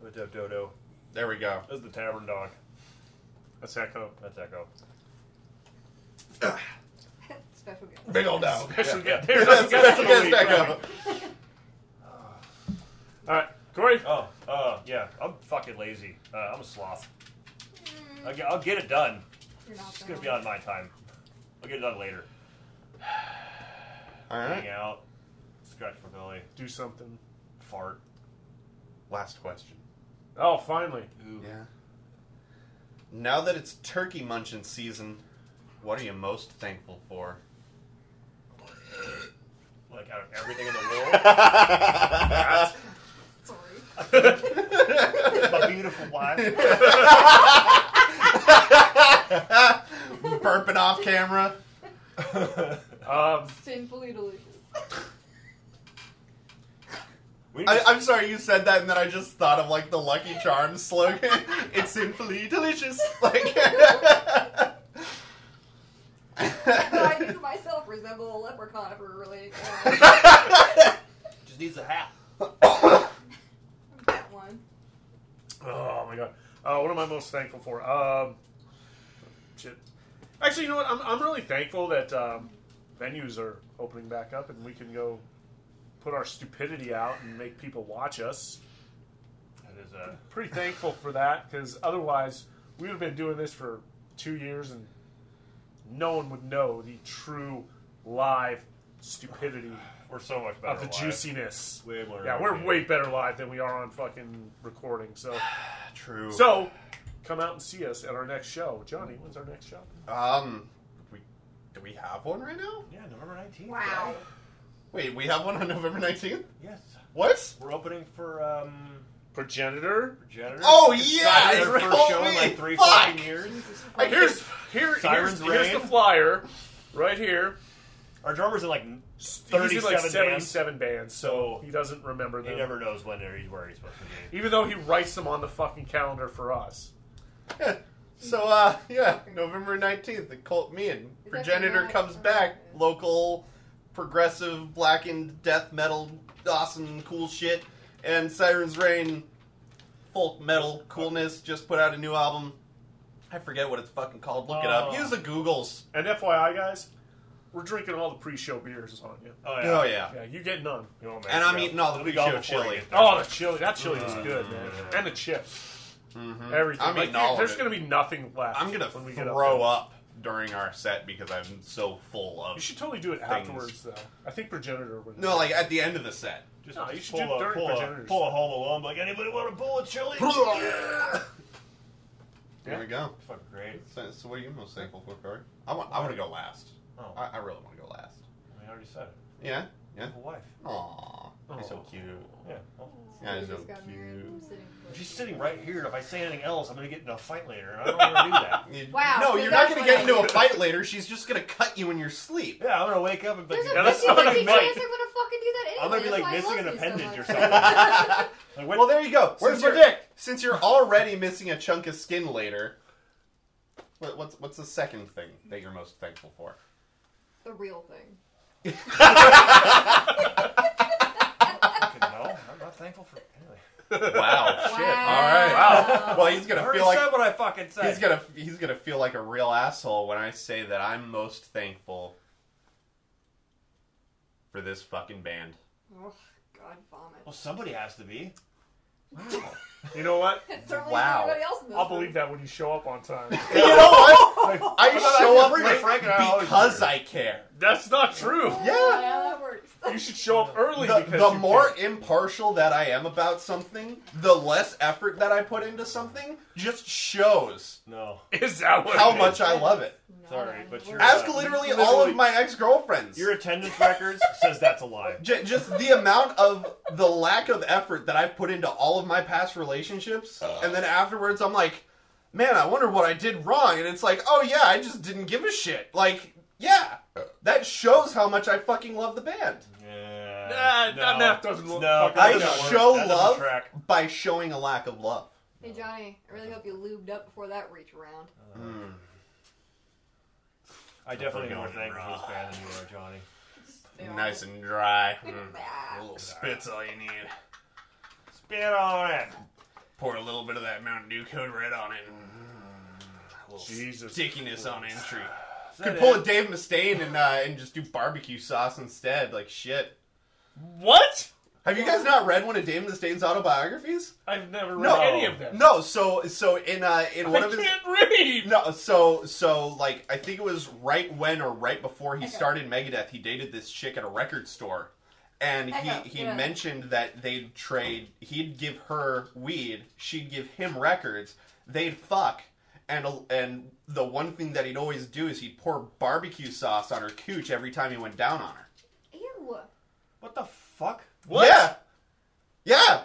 [SPEAKER 3] What's up, Oh, dodo?
[SPEAKER 2] There we go.
[SPEAKER 3] That's the tavern dog.
[SPEAKER 1] That's Echo.
[SPEAKER 3] That's Echo.
[SPEAKER 4] Special guest.
[SPEAKER 2] Big old dog.
[SPEAKER 1] Special
[SPEAKER 2] Yeah.
[SPEAKER 1] guest. There's
[SPEAKER 2] That's-
[SPEAKER 1] a guest
[SPEAKER 2] that's
[SPEAKER 1] of the
[SPEAKER 2] against
[SPEAKER 1] week,
[SPEAKER 2] Echo.
[SPEAKER 1] All right, Corey.
[SPEAKER 3] Oh, uh, yeah. I'm fucking lazy. Uh, I'm a sloth.
[SPEAKER 4] Mm.
[SPEAKER 3] I'll get, I'll get it done.
[SPEAKER 4] You're not
[SPEAKER 3] It's gonna
[SPEAKER 4] the
[SPEAKER 3] be on my time. I'll get it done later.
[SPEAKER 2] All
[SPEAKER 3] Hang
[SPEAKER 2] right.
[SPEAKER 3] out, scratch my belly,
[SPEAKER 1] Do something.
[SPEAKER 3] fart.
[SPEAKER 2] Last question.
[SPEAKER 1] Oh, finally.
[SPEAKER 3] Ooh.
[SPEAKER 2] Yeah. Now that it's turkey munchin season, what are you most thankful for?
[SPEAKER 3] Like out of everything in the world,
[SPEAKER 2] That's
[SPEAKER 4] Sorry.
[SPEAKER 3] my beautiful wife.
[SPEAKER 2] Burping off camera.
[SPEAKER 1] Um,
[SPEAKER 4] Sinfully delicious.
[SPEAKER 3] we
[SPEAKER 2] I,
[SPEAKER 3] just-
[SPEAKER 2] I'm sorry you said that, and then I just thought of like the Lucky Charms slogan. it's simply delicious. Like.
[SPEAKER 4] No, I do myself resemble a leprechaun if we're related. Uh,
[SPEAKER 3] just needs a hat.
[SPEAKER 4] that one.
[SPEAKER 1] oh my god. Uh, what am I most thankful for? Um, shit. Actually, you know what? I'm, I'm really thankful that um, venues are opening back up and we can go put our stupidity out and make people watch us.
[SPEAKER 3] That is uh, a
[SPEAKER 1] Pretty thankful for that because otherwise we would have been doing this for two years and no one would know the true live stupidity
[SPEAKER 3] we're so much better.
[SPEAKER 1] of the
[SPEAKER 3] alive.
[SPEAKER 1] juiciness.
[SPEAKER 3] Way more
[SPEAKER 1] Yeah, we're
[SPEAKER 3] entertaining.
[SPEAKER 1] way better live than we are on fucking recording. So,
[SPEAKER 2] True.
[SPEAKER 1] so come out and see us at our next show. Johnny, when's our next show?
[SPEAKER 2] um, we do we have one right now?
[SPEAKER 3] Yeah, November nineteenth.
[SPEAKER 4] Wow.
[SPEAKER 2] Wait, we have one on November nineteenth.
[SPEAKER 3] Yes,
[SPEAKER 2] What?
[SPEAKER 3] we're opening for um
[SPEAKER 1] Progenitor.
[SPEAKER 3] Janitor.
[SPEAKER 2] Oh, yeah, it's
[SPEAKER 3] Siren's first show in
[SPEAKER 2] Halloween.
[SPEAKER 3] like three
[SPEAKER 2] Fuck.
[SPEAKER 3] fucking years.
[SPEAKER 2] I
[SPEAKER 1] Here's here, here's,
[SPEAKER 3] Sirens
[SPEAKER 1] here's
[SPEAKER 3] Reign.
[SPEAKER 1] the flyer, right here.
[SPEAKER 3] Our drummer's in like
[SPEAKER 1] He's in like
[SPEAKER 3] 37 bands.
[SPEAKER 1] seventy-seven bands, so
[SPEAKER 3] So-
[SPEAKER 1] he doesn't remember
[SPEAKER 3] he
[SPEAKER 2] uh,
[SPEAKER 1] them.
[SPEAKER 3] never knows when or where he's supposed to be.
[SPEAKER 1] Even though he writes them on the fucking calendar for us.
[SPEAKER 2] So uh, yeah, November nineteenth, the cult me and
[SPEAKER 4] Is that
[SPEAKER 2] progenitor
[SPEAKER 4] the-
[SPEAKER 2] comes back. Local, progressive, blackened death metal, awesome, cool shit. And Sirens Reign, folk metal coolness. Just put out a new album. I forget what it's fucking called. Look it up.
[SPEAKER 3] Oh.
[SPEAKER 2] Use the Googles.
[SPEAKER 1] And FYI, guys, we're drinking all the pre-show beers on you.
[SPEAKER 3] Oh yeah.
[SPEAKER 2] Oh yeah.
[SPEAKER 1] Yeah, you get none.
[SPEAKER 3] You won't make
[SPEAKER 2] And
[SPEAKER 3] it
[SPEAKER 2] I'm
[SPEAKER 3] up.
[SPEAKER 2] eating all the
[SPEAKER 3] It'll be
[SPEAKER 2] big
[SPEAKER 3] gone
[SPEAKER 2] show
[SPEAKER 3] before
[SPEAKER 2] chili.
[SPEAKER 3] we get there.
[SPEAKER 1] Oh, the chili. That chili was good, man.
[SPEAKER 3] Mm.
[SPEAKER 1] And the chips.
[SPEAKER 2] hmm
[SPEAKER 1] Everything.
[SPEAKER 2] I'm
[SPEAKER 1] Like,
[SPEAKER 2] eating all of
[SPEAKER 1] there's
[SPEAKER 2] it.
[SPEAKER 1] gonna be nothing left.
[SPEAKER 2] I'm gonna
[SPEAKER 1] when we get
[SPEAKER 2] throw
[SPEAKER 1] there.
[SPEAKER 2] up during our set because I'm so full
[SPEAKER 1] You
[SPEAKER 2] of.
[SPEAKER 1] should totally do it
[SPEAKER 2] things.
[SPEAKER 1] afterwards, though. I think Progenitor would.
[SPEAKER 2] No, like at the end of the set.
[SPEAKER 3] Just,
[SPEAKER 1] No,
[SPEAKER 3] just
[SPEAKER 1] you should
[SPEAKER 3] pull,
[SPEAKER 1] do
[SPEAKER 3] a,
[SPEAKER 1] Dirty
[SPEAKER 3] pull, a,
[SPEAKER 1] Progenitors.
[SPEAKER 3] pull a home alone. Like anybody want a bowl of chili?
[SPEAKER 2] There we go.
[SPEAKER 3] Fucking great.
[SPEAKER 2] So, so what are you most thankful for, Corey? I want. I want to go last.
[SPEAKER 3] Oh, I,
[SPEAKER 2] I, I really want to go last.
[SPEAKER 3] already said it.
[SPEAKER 2] Yeah.
[SPEAKER 3] A wife.
[SPEAKER 2] Aww. You're so
[SPEAKER 1] Aw.
[SPEAKER 2] cute.
[SPEAKER 3] Yeah. Oh. Well,
[SPEAKER 2] Yeah,
[SPEAKER 4] Somebody
[SPEAKER 2] so
[SPEAKER 4] just got married.
[SPEAKER 2] cute.
[SPEAKER 4] I'm sitting for-
[SPEAKER 3] she's sitting right here. and If I say anything else, I'm gonna get in a fight later. And I don't want to do that.
[SPEAKER 2] You-
[SPEAKER 4] Wow,
[SPEAKER 2] No,
[SPEAKER 4] so
[SPEAKER 2] you're not
[SPEAKER 4] that's
[SPEAKER 2] gonna
[SPEAKER 4] what
[SPEAKER 2] get
[SPEAKER 4] I
[SPEAKER 2] into a
[SPEAKER 4] do.
[SPEAKER 2] fight later. She's just gonna cut you in your sleep.
[SPEAKER 3] Yeah, I'm gonna wake up and be
[SPEAKER 4] There's a
[SPEAKER 3] like,
[SPEAKER 1] Yeah, that's
[SPEAKER 4] 50
[SPEAKER 1] not
[SPEAKER 4] fucking
[SPEAKER 1] a night.
[SPEAKER 4] chance I'm gonna fucking do that anyway.
[SPEAKER 3] I'm gonna be, like,
[SPEAKER 4] That's why
[SPEAKER 3] missing
[SPEAKER 4] I love
[SPEAKER 3] an
[SPEAKER 4] you
[SPEAKER 3] appendage or
[SPEAKER 4] so much.
[SPEAKER 3] something. like, what-
[SPEAKER 2] Well, there you go.
[SPEAKER 3] Where's
[SPEAKER 2] Since
[SPEAKER 3] my
[SPEAKER 2] you're-
[SPEAKER 3] dick?
[SPEAKER 2] Since you're already missing a chunk of skin later. What, what's what's the second thing that you're most thankful for?
[SPEAKER 4] the real thing.
[SPEAKER 3] fucking no, I'm not thankful for anything.
[SPEAKER 2] Wow.
[SPEAKER 4] Wow.
[SPEAKER 2] Shit. All right. Wow. Well, he's
[SPEAKER 3] I
[SPEAKER 2] gonna
[SPEAKER 3] already
[SPEAKER 2] feel like
[SPEAKER 3] said what I fucking said.
[SPEAKER 2] He's gonna he's gonna feel like a real asshole when I say that I'm most thankful for this fucking band.
[SPEAKER 4] Ugh, Oh, God, vomit.
[SPEAKER 3] Well, somebody has to be.
[SPEAKER 1] You know what?
[SPEAKER 4] Certainly
[SPEAKER 2] Wow.
[SPEAKER 4] everybody else in this
[SPEAKER 1] I'll believe that when you show up on time.
[SPEAKER 2] You know what? I
[SPEAKER 3] no,
[SPEAKER 2] show
[SPEAKER 3] that's
[SPEAKER 2] up
[SPEAKER 3] Brenda
[SPEAKER 2] late
[SPEAKER 3] Frank and I always
[SPEAKER 2] because
[SPEAKER 3] do.
[SPEAKER 2] I care.
[SPEAKER 1] That's not true.
[SPEAKER 4] room.
[SPEAKER 2] Yeah.
[SPEAKER 4] that works.
[SPEAKER 1] You should show up early
[SPEAKER 2] The,
[SPEAKER 1] because
[SPEAKER 2] the
[SPEAKER 1] you
[SPEAKER 2] more
[SPEAKER 1] can.
[SPEAKER 2] impartial that I am about something, the less effort that I put into something just shows
[SPEAKER 3] No.
[SPEAKER 1] is that what
[SPEAKER 2] how
[SPEAKER 1] it
[SPEAKER 2] much
[SPEAKER 1] is?
[SPEAKER 2] I love it.
[SPEAKER 3] Sorry, but you're-
[SPEAKER 2] Ask literally, all
[SPEAKER 3] Literally.
[SPEAKER 2] of my ex girlfriends.
[SPEAKER 3] Your attendance records says that's a lie.
[SPEAKER 2] J- just the amount of the lack of effort that I've put into all of my past relationships,
[SPEAKER 3] Uh.
[SPEAKER 2] and then afterwards I'm like, man, I wonder what I did wrong, and it's like, oh yeah, I just didn't give a shit. Like, yeah,
[SPEAKER 3] Uh.
[SPEAKER 2] that shows how much I fucking love the band
[SPEAKER 3] Yeah.
[SPEAKER 1] Nah, that math doesn't
[SPEAKER 3] it's-
[SPEAKER 1] look-
[SPEAKER 3] No,
[SPEAKER 1] fucking
[SPEAKER 2] I
[SPEAKER 3] that doesn't work.
[SPEAKER 2] show
[SPEAKER 3] That doesn't
[SPEAKER 2] love
[SPEAKER 3] track.
[SPEAKER 2] by showing a lack of love.
[SPEAKER 4] Hey Johnny, I really hope you lubed up before that reach around.
[SPEAKER 3] I definitely
[SPEAKER 2] Fucking
[SPEAKER 3] more
[SPEAKER 2] on
[SPEAKER 3] thankful for
[SPEAKER 2] rock.
[SPEAKER 3] this band than you are, Johnny.
[SPEAKER 2] Nice and dry.
[SPEAKER 4] Ah.
[SPEAKER 2] spit's all you need.
[SPEAKER 3] Spit on it.
[SPEAKER 2] Pour a little bit of that Mountain Dew Code Red on it. A little
[SPEAKER 1] Jesus
[SPEAKER 2] stickiness on entry.
[SPEAKER 3] Is
[SPEAKER 2] Could
[SPEAKER 3] that
[SPEAKER 2] pull
[SPEAKER 3] it?
[SPEAKER 2] a Dave Mustaine and uh, and just do barbecue sauce instead, like shit.
[SPEAKER 1] What?
[SPEAKER 2] Have you guys not read one of Dave Mustaine's autobiographies?
[SPEAKER 1] I've never read
[SPEAKER 2] No.
[SPEAKER 1] any of them.
[SPEAKER 2] No, so so in uh in one
[SPEAKER 1] I
[SPEAKER 2] of his
[SPEAKER 1] can't read.
[SPEAKER 2] no, so so like I think it was right when or right before he
[SPEAKER 4] Echo.
[SPEAKER 2] started Megadeth, he dated this chick at a record store, and he
[SPEAKER 4] Echo,
[SPEAKER 2] he
[SPEAKER 4] yeah.
[SPEAKER 2] mentioned that they'd trade. He'd give her weed, she'd give him records. They'd fuck, and a- and the one thing that he'd always do is he'd pour barbecue sauce on her cooch every time he went down on her.
[SPEAKER 4] Ew.
[SPEAKER 3] What the fuck?
[SPEAKER 2] Yeah, yeah.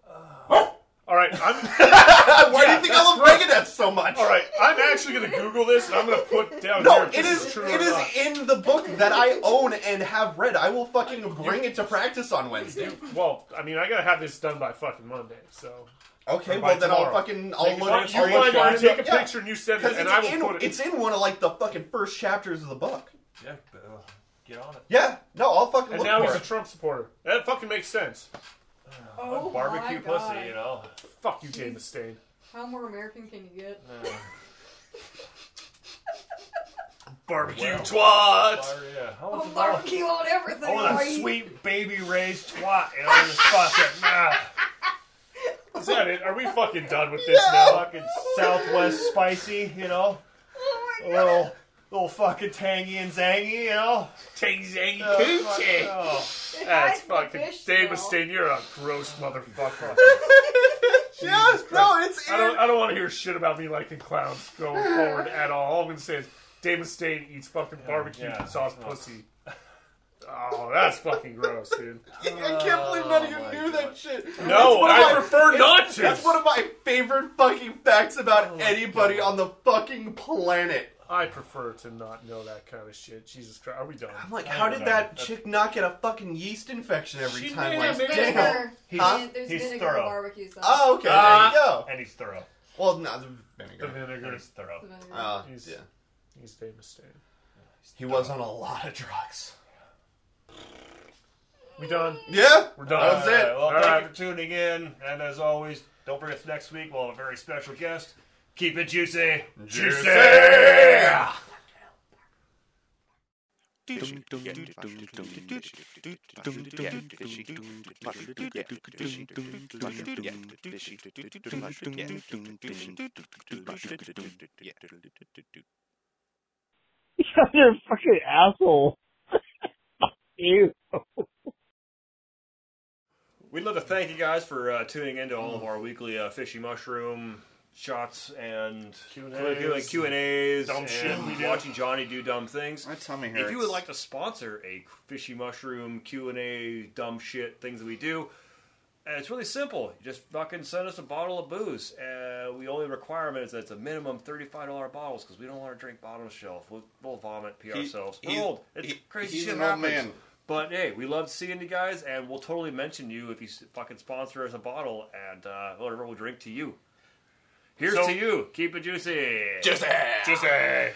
[SPEAKER 1] All right, I'm
[SPEAKER 2] Why do you think I love Megadeth so much?
[SPEAKER 1] all right. I'm actually going to Google this, and I'm going to put down
[SPEAKER 2] No,
[SPEAKER 1] here if
[SPEAKER 2] it
[SPEAKER 1] this
[SPEAKER 2] is
[SPEAKER 1] true
[SPEAKER 2] it
[SPEAKER 1] or
[SPEAKER 2] is
[SPEAKER 1] not.
[SPEAKER 2] in the book that I own and have read. I will fucking bring it to practice on Wednesday.
[SPEAKER 1] Well, I mean, I got to have this done by fucking Monday. So
[SPEAKER 2] Okay,
[SPEAKER 1] Or by
[SPEAKER 2] well then I'll
[SPEAKER 1] tomorrow.
[SPEAKER 2] fucking I'll
[SPEAKER 1] Make a-
[SPEAKER 2] look.
[SPEAKER 1] you
[SPEAKER 2] I'll look
[SPEAKER 1] find out,
[SPEAKER 2] for it.
[SPEAKER 1] take a
[SPEAKER 2] Yeah,
[SPEAKER 1] picture, and you send
[SPEAKER 2] because
[SPEAKER 1] it, and I will
[SPEAKER 2] it's in
[SPEAKER 1] put it.
[SPEAKER 2] it's in one of like the fucking first chapters of the book.
[SPEAKER 3] Yeah, uh, get on it.
[SPEAKER 2] Yeah, no, I'll fucking
[SPEAKER 1] and
[SPEAKER 2] look
[SPEAKER 1] now
[SPEAKER 2] for
[SPEAKER 1] he's a
[SPEAKER 2] it.
[SPEAKER 1] Trump supporter. That fucking makes sense.
[SPEAKER 4] Oh
[SPEAKER 3] Like barbecue
[SPEAKER 4] my
[SPEAKER 3] pussy,
[SPEAKER 4] God.
[SPEAKER 3] you know.
[SPEAKER 1] Fuck you, Dave Mustaine.
[SPEAKER 4] How more American can you get?
[SPEAKER 3] Uh,
[SPEAKER 1] Barbecue
[SPEAKER 3] Well.
[SPEAKER 1] twat.
[SPEAKER 3] bar- yeah. I want
[SPEAKER 4] Oh,
[SPEAKER 3] the bar-
[SPEAKER 4] barbecue on everything.
[SPEAKER 3] I want
[SPEAKER 4] are
[SPEAKER 3] a
[SPEAKER 4] you-
[SPEAKER 3] Oh, sweet baby raised twat in on this faucet. Nah.
[SPEAKER 1] Is that it? Are we fucking done with this
[SPEAKER 2] Yeah.
[SPEAKER 1] now?
[SPEAKER 3] Fucking Southwest spicy, you know.
[SPEAKER 4] Oh
[SPEAKER 3] A
[SPEAKER 4] my god.
[SPEAKER 3] little, little fucking tangy and zangy, you know.
[SPEAKER 1] Ting zangy
[SPEAKER 3] Oh, fuck,
[SPEAKER 1] coochie. That's
[SPEAKER 3] oh.
[SPEAKER 4] Hide the
[SPEAKER 1] fucking
[SPEAKER 4] fish
[SPEAKER 1] Dave
[SPEAKER 4] still.
[SPEAKER 1] Mustaine. You're a gross motherfucker.
[SPEAKER 2] Yeah,
[SPEAKER 1] Jesus
[SPEAKER 2] no,
[SPEAKER 1] Christ.
[SPEAKER 2] it's
[SPEAKER 1] I don't.
[SPEAKER 2] in.
[SPEAKER 1] I don't want to hear shit about me liking clowns going forward at all. All I'm gonna say is Dave Mustaine eats fucking barbecue
[SPEAKER 3] yeah.
[SPEAKER 1] sauce
[SPEAKER 3] Oh.
[SPEAKER 1] pussy. Oh, that's fucking gross, dude.
[SPEAKER 2] I can't believe none of you
[SPEAKER 3] my
[SPEAKER 2] knew that
[SPEAKER 3] God.
[SPEAKER 2] shit. That's
[SPEAKER 1] Oh No,
[SPEAKER 2] one of
[SPEAKER 1] I
[SPEAKER 2] my-
[SPEAKER 1] prefer not to.
[SPEAKER 2] That's one of my favorite fucking facts
[SPEAKER 1] Oh
[SPEAKER 2] about anybody on the fucking planet.
[SPEAKER 1] I prefer to not know that kind of shit. Jesus Christ, are we done?
[SPEAKER 2] I'm like,
[SPEAKER 3] I
[SPEAKER 2] how
[SPEAKER 3] don't
[SPEAKER 2] did
[SPEAKER 3] know.
[SPEAKER 2] that
[SPEAKER 3] That's-
[SPEAKER 2] chick not get a fucking yeast infection every
[SPEAKER 1] She
[SPEAKER 2] time?
[SPEAKER 1] may
[SPEAKER 2] Like,
[SPEAKER 1] have, maybe
[SPEAKER 2] damn.
[SPEAKER 1] not.
[SPEAKER 4] Vinegar.
[SPEAKER 2] Huh?
[SPEAKER 4] Vin- There's
[SPEAKER 3] He's
[SPEAKER 4] vinegar
[SPEAKER 3] thorough.
[SPEAKER 4] in barbecue sauce.
[SPEAKER 2] Oh, okay,
[SPEAKER 1] Ah.
[SPEAKER 2] there you go.
[SPEAKER 3] And he's thorough.
[SPEAKER 2] Well, not the
[SPEAKER 1] The
[SPEAKER 2] vinegar.
[SPEAKER 1] vinegar.
[SPEAKER 3] He's thorough.
[SPEAKER 4] It's vinegar.
[SPEAKER 2] Uh,
[SPEAKER 1] He's-
[SPEAKER 2] yeah.
[SPEAKER 1] He's Dave Mustaine.
[SPEAKER 2] He was on a lot of drugs.
[SPEAKER 1] We done?
[SPEAKER 2] Yeah?
[SPEAKER 1] We're done.
[SPEAKER 2] That was it.
[SPEAKER 3] Well,
[SPEAKER 1] All
[SPEAKER 3] thank
[SPEAKER 1] right.
[SPEAKER 3] you for tuning in. And as always, don't forget us next week. We'll have a very special guest. Keep it juicy.
[SPEAKER 5] Yeah.
[SPEAKER 6] You guys are fucking asshole. you.
[SPEAKER 3] We'd love to thank you guys for uh, tuning into all of our weekly uh, fishy mushroom shots and
[SPEAKER 1] Q&As.
[SPEAKER 3] Q and A's,
[SPEAKER 1] Dumb shit we
[SPEAKER 3] and
[SPEAKER 1] do.
[SPEAKER 3] watching Johnny do dumb things.
[SPEAKER 2] My tummy hurts.
[SPEAKER 3] If you would like to sponsor a fishy mushroom Q and A dumb shit things that we do, uh, it's really simple. You just fucking send us a bottle of booze. Uh, we only requirement is that it's a minimum thirty five dollar bottles because we don't want to drink bottom shelf. We'll, we'll vomit, pee ourselves. We're
[SPEAKER 2] he's-
[SPEAKER 3] old. It's
[SPEAKER 2] he-
[SPEAKER 3] crazy
[SPEAKER 2] he's
[SPEAKER 3] shit
[SPEAKER 2] an old
[SPEAKER 3] happens.
[SPEAKER 2] man.
[SPEAKER 3] But hey, we love seeing you guys, and we'll totally mention you if you s- fucking sponsor us a bottle and uh, whatever we'll drink to you. Here's
[SPEAKER 1] So-
[SPEAKER 3] to you. Keep it juicy.
[SPEAKER 1] Just a.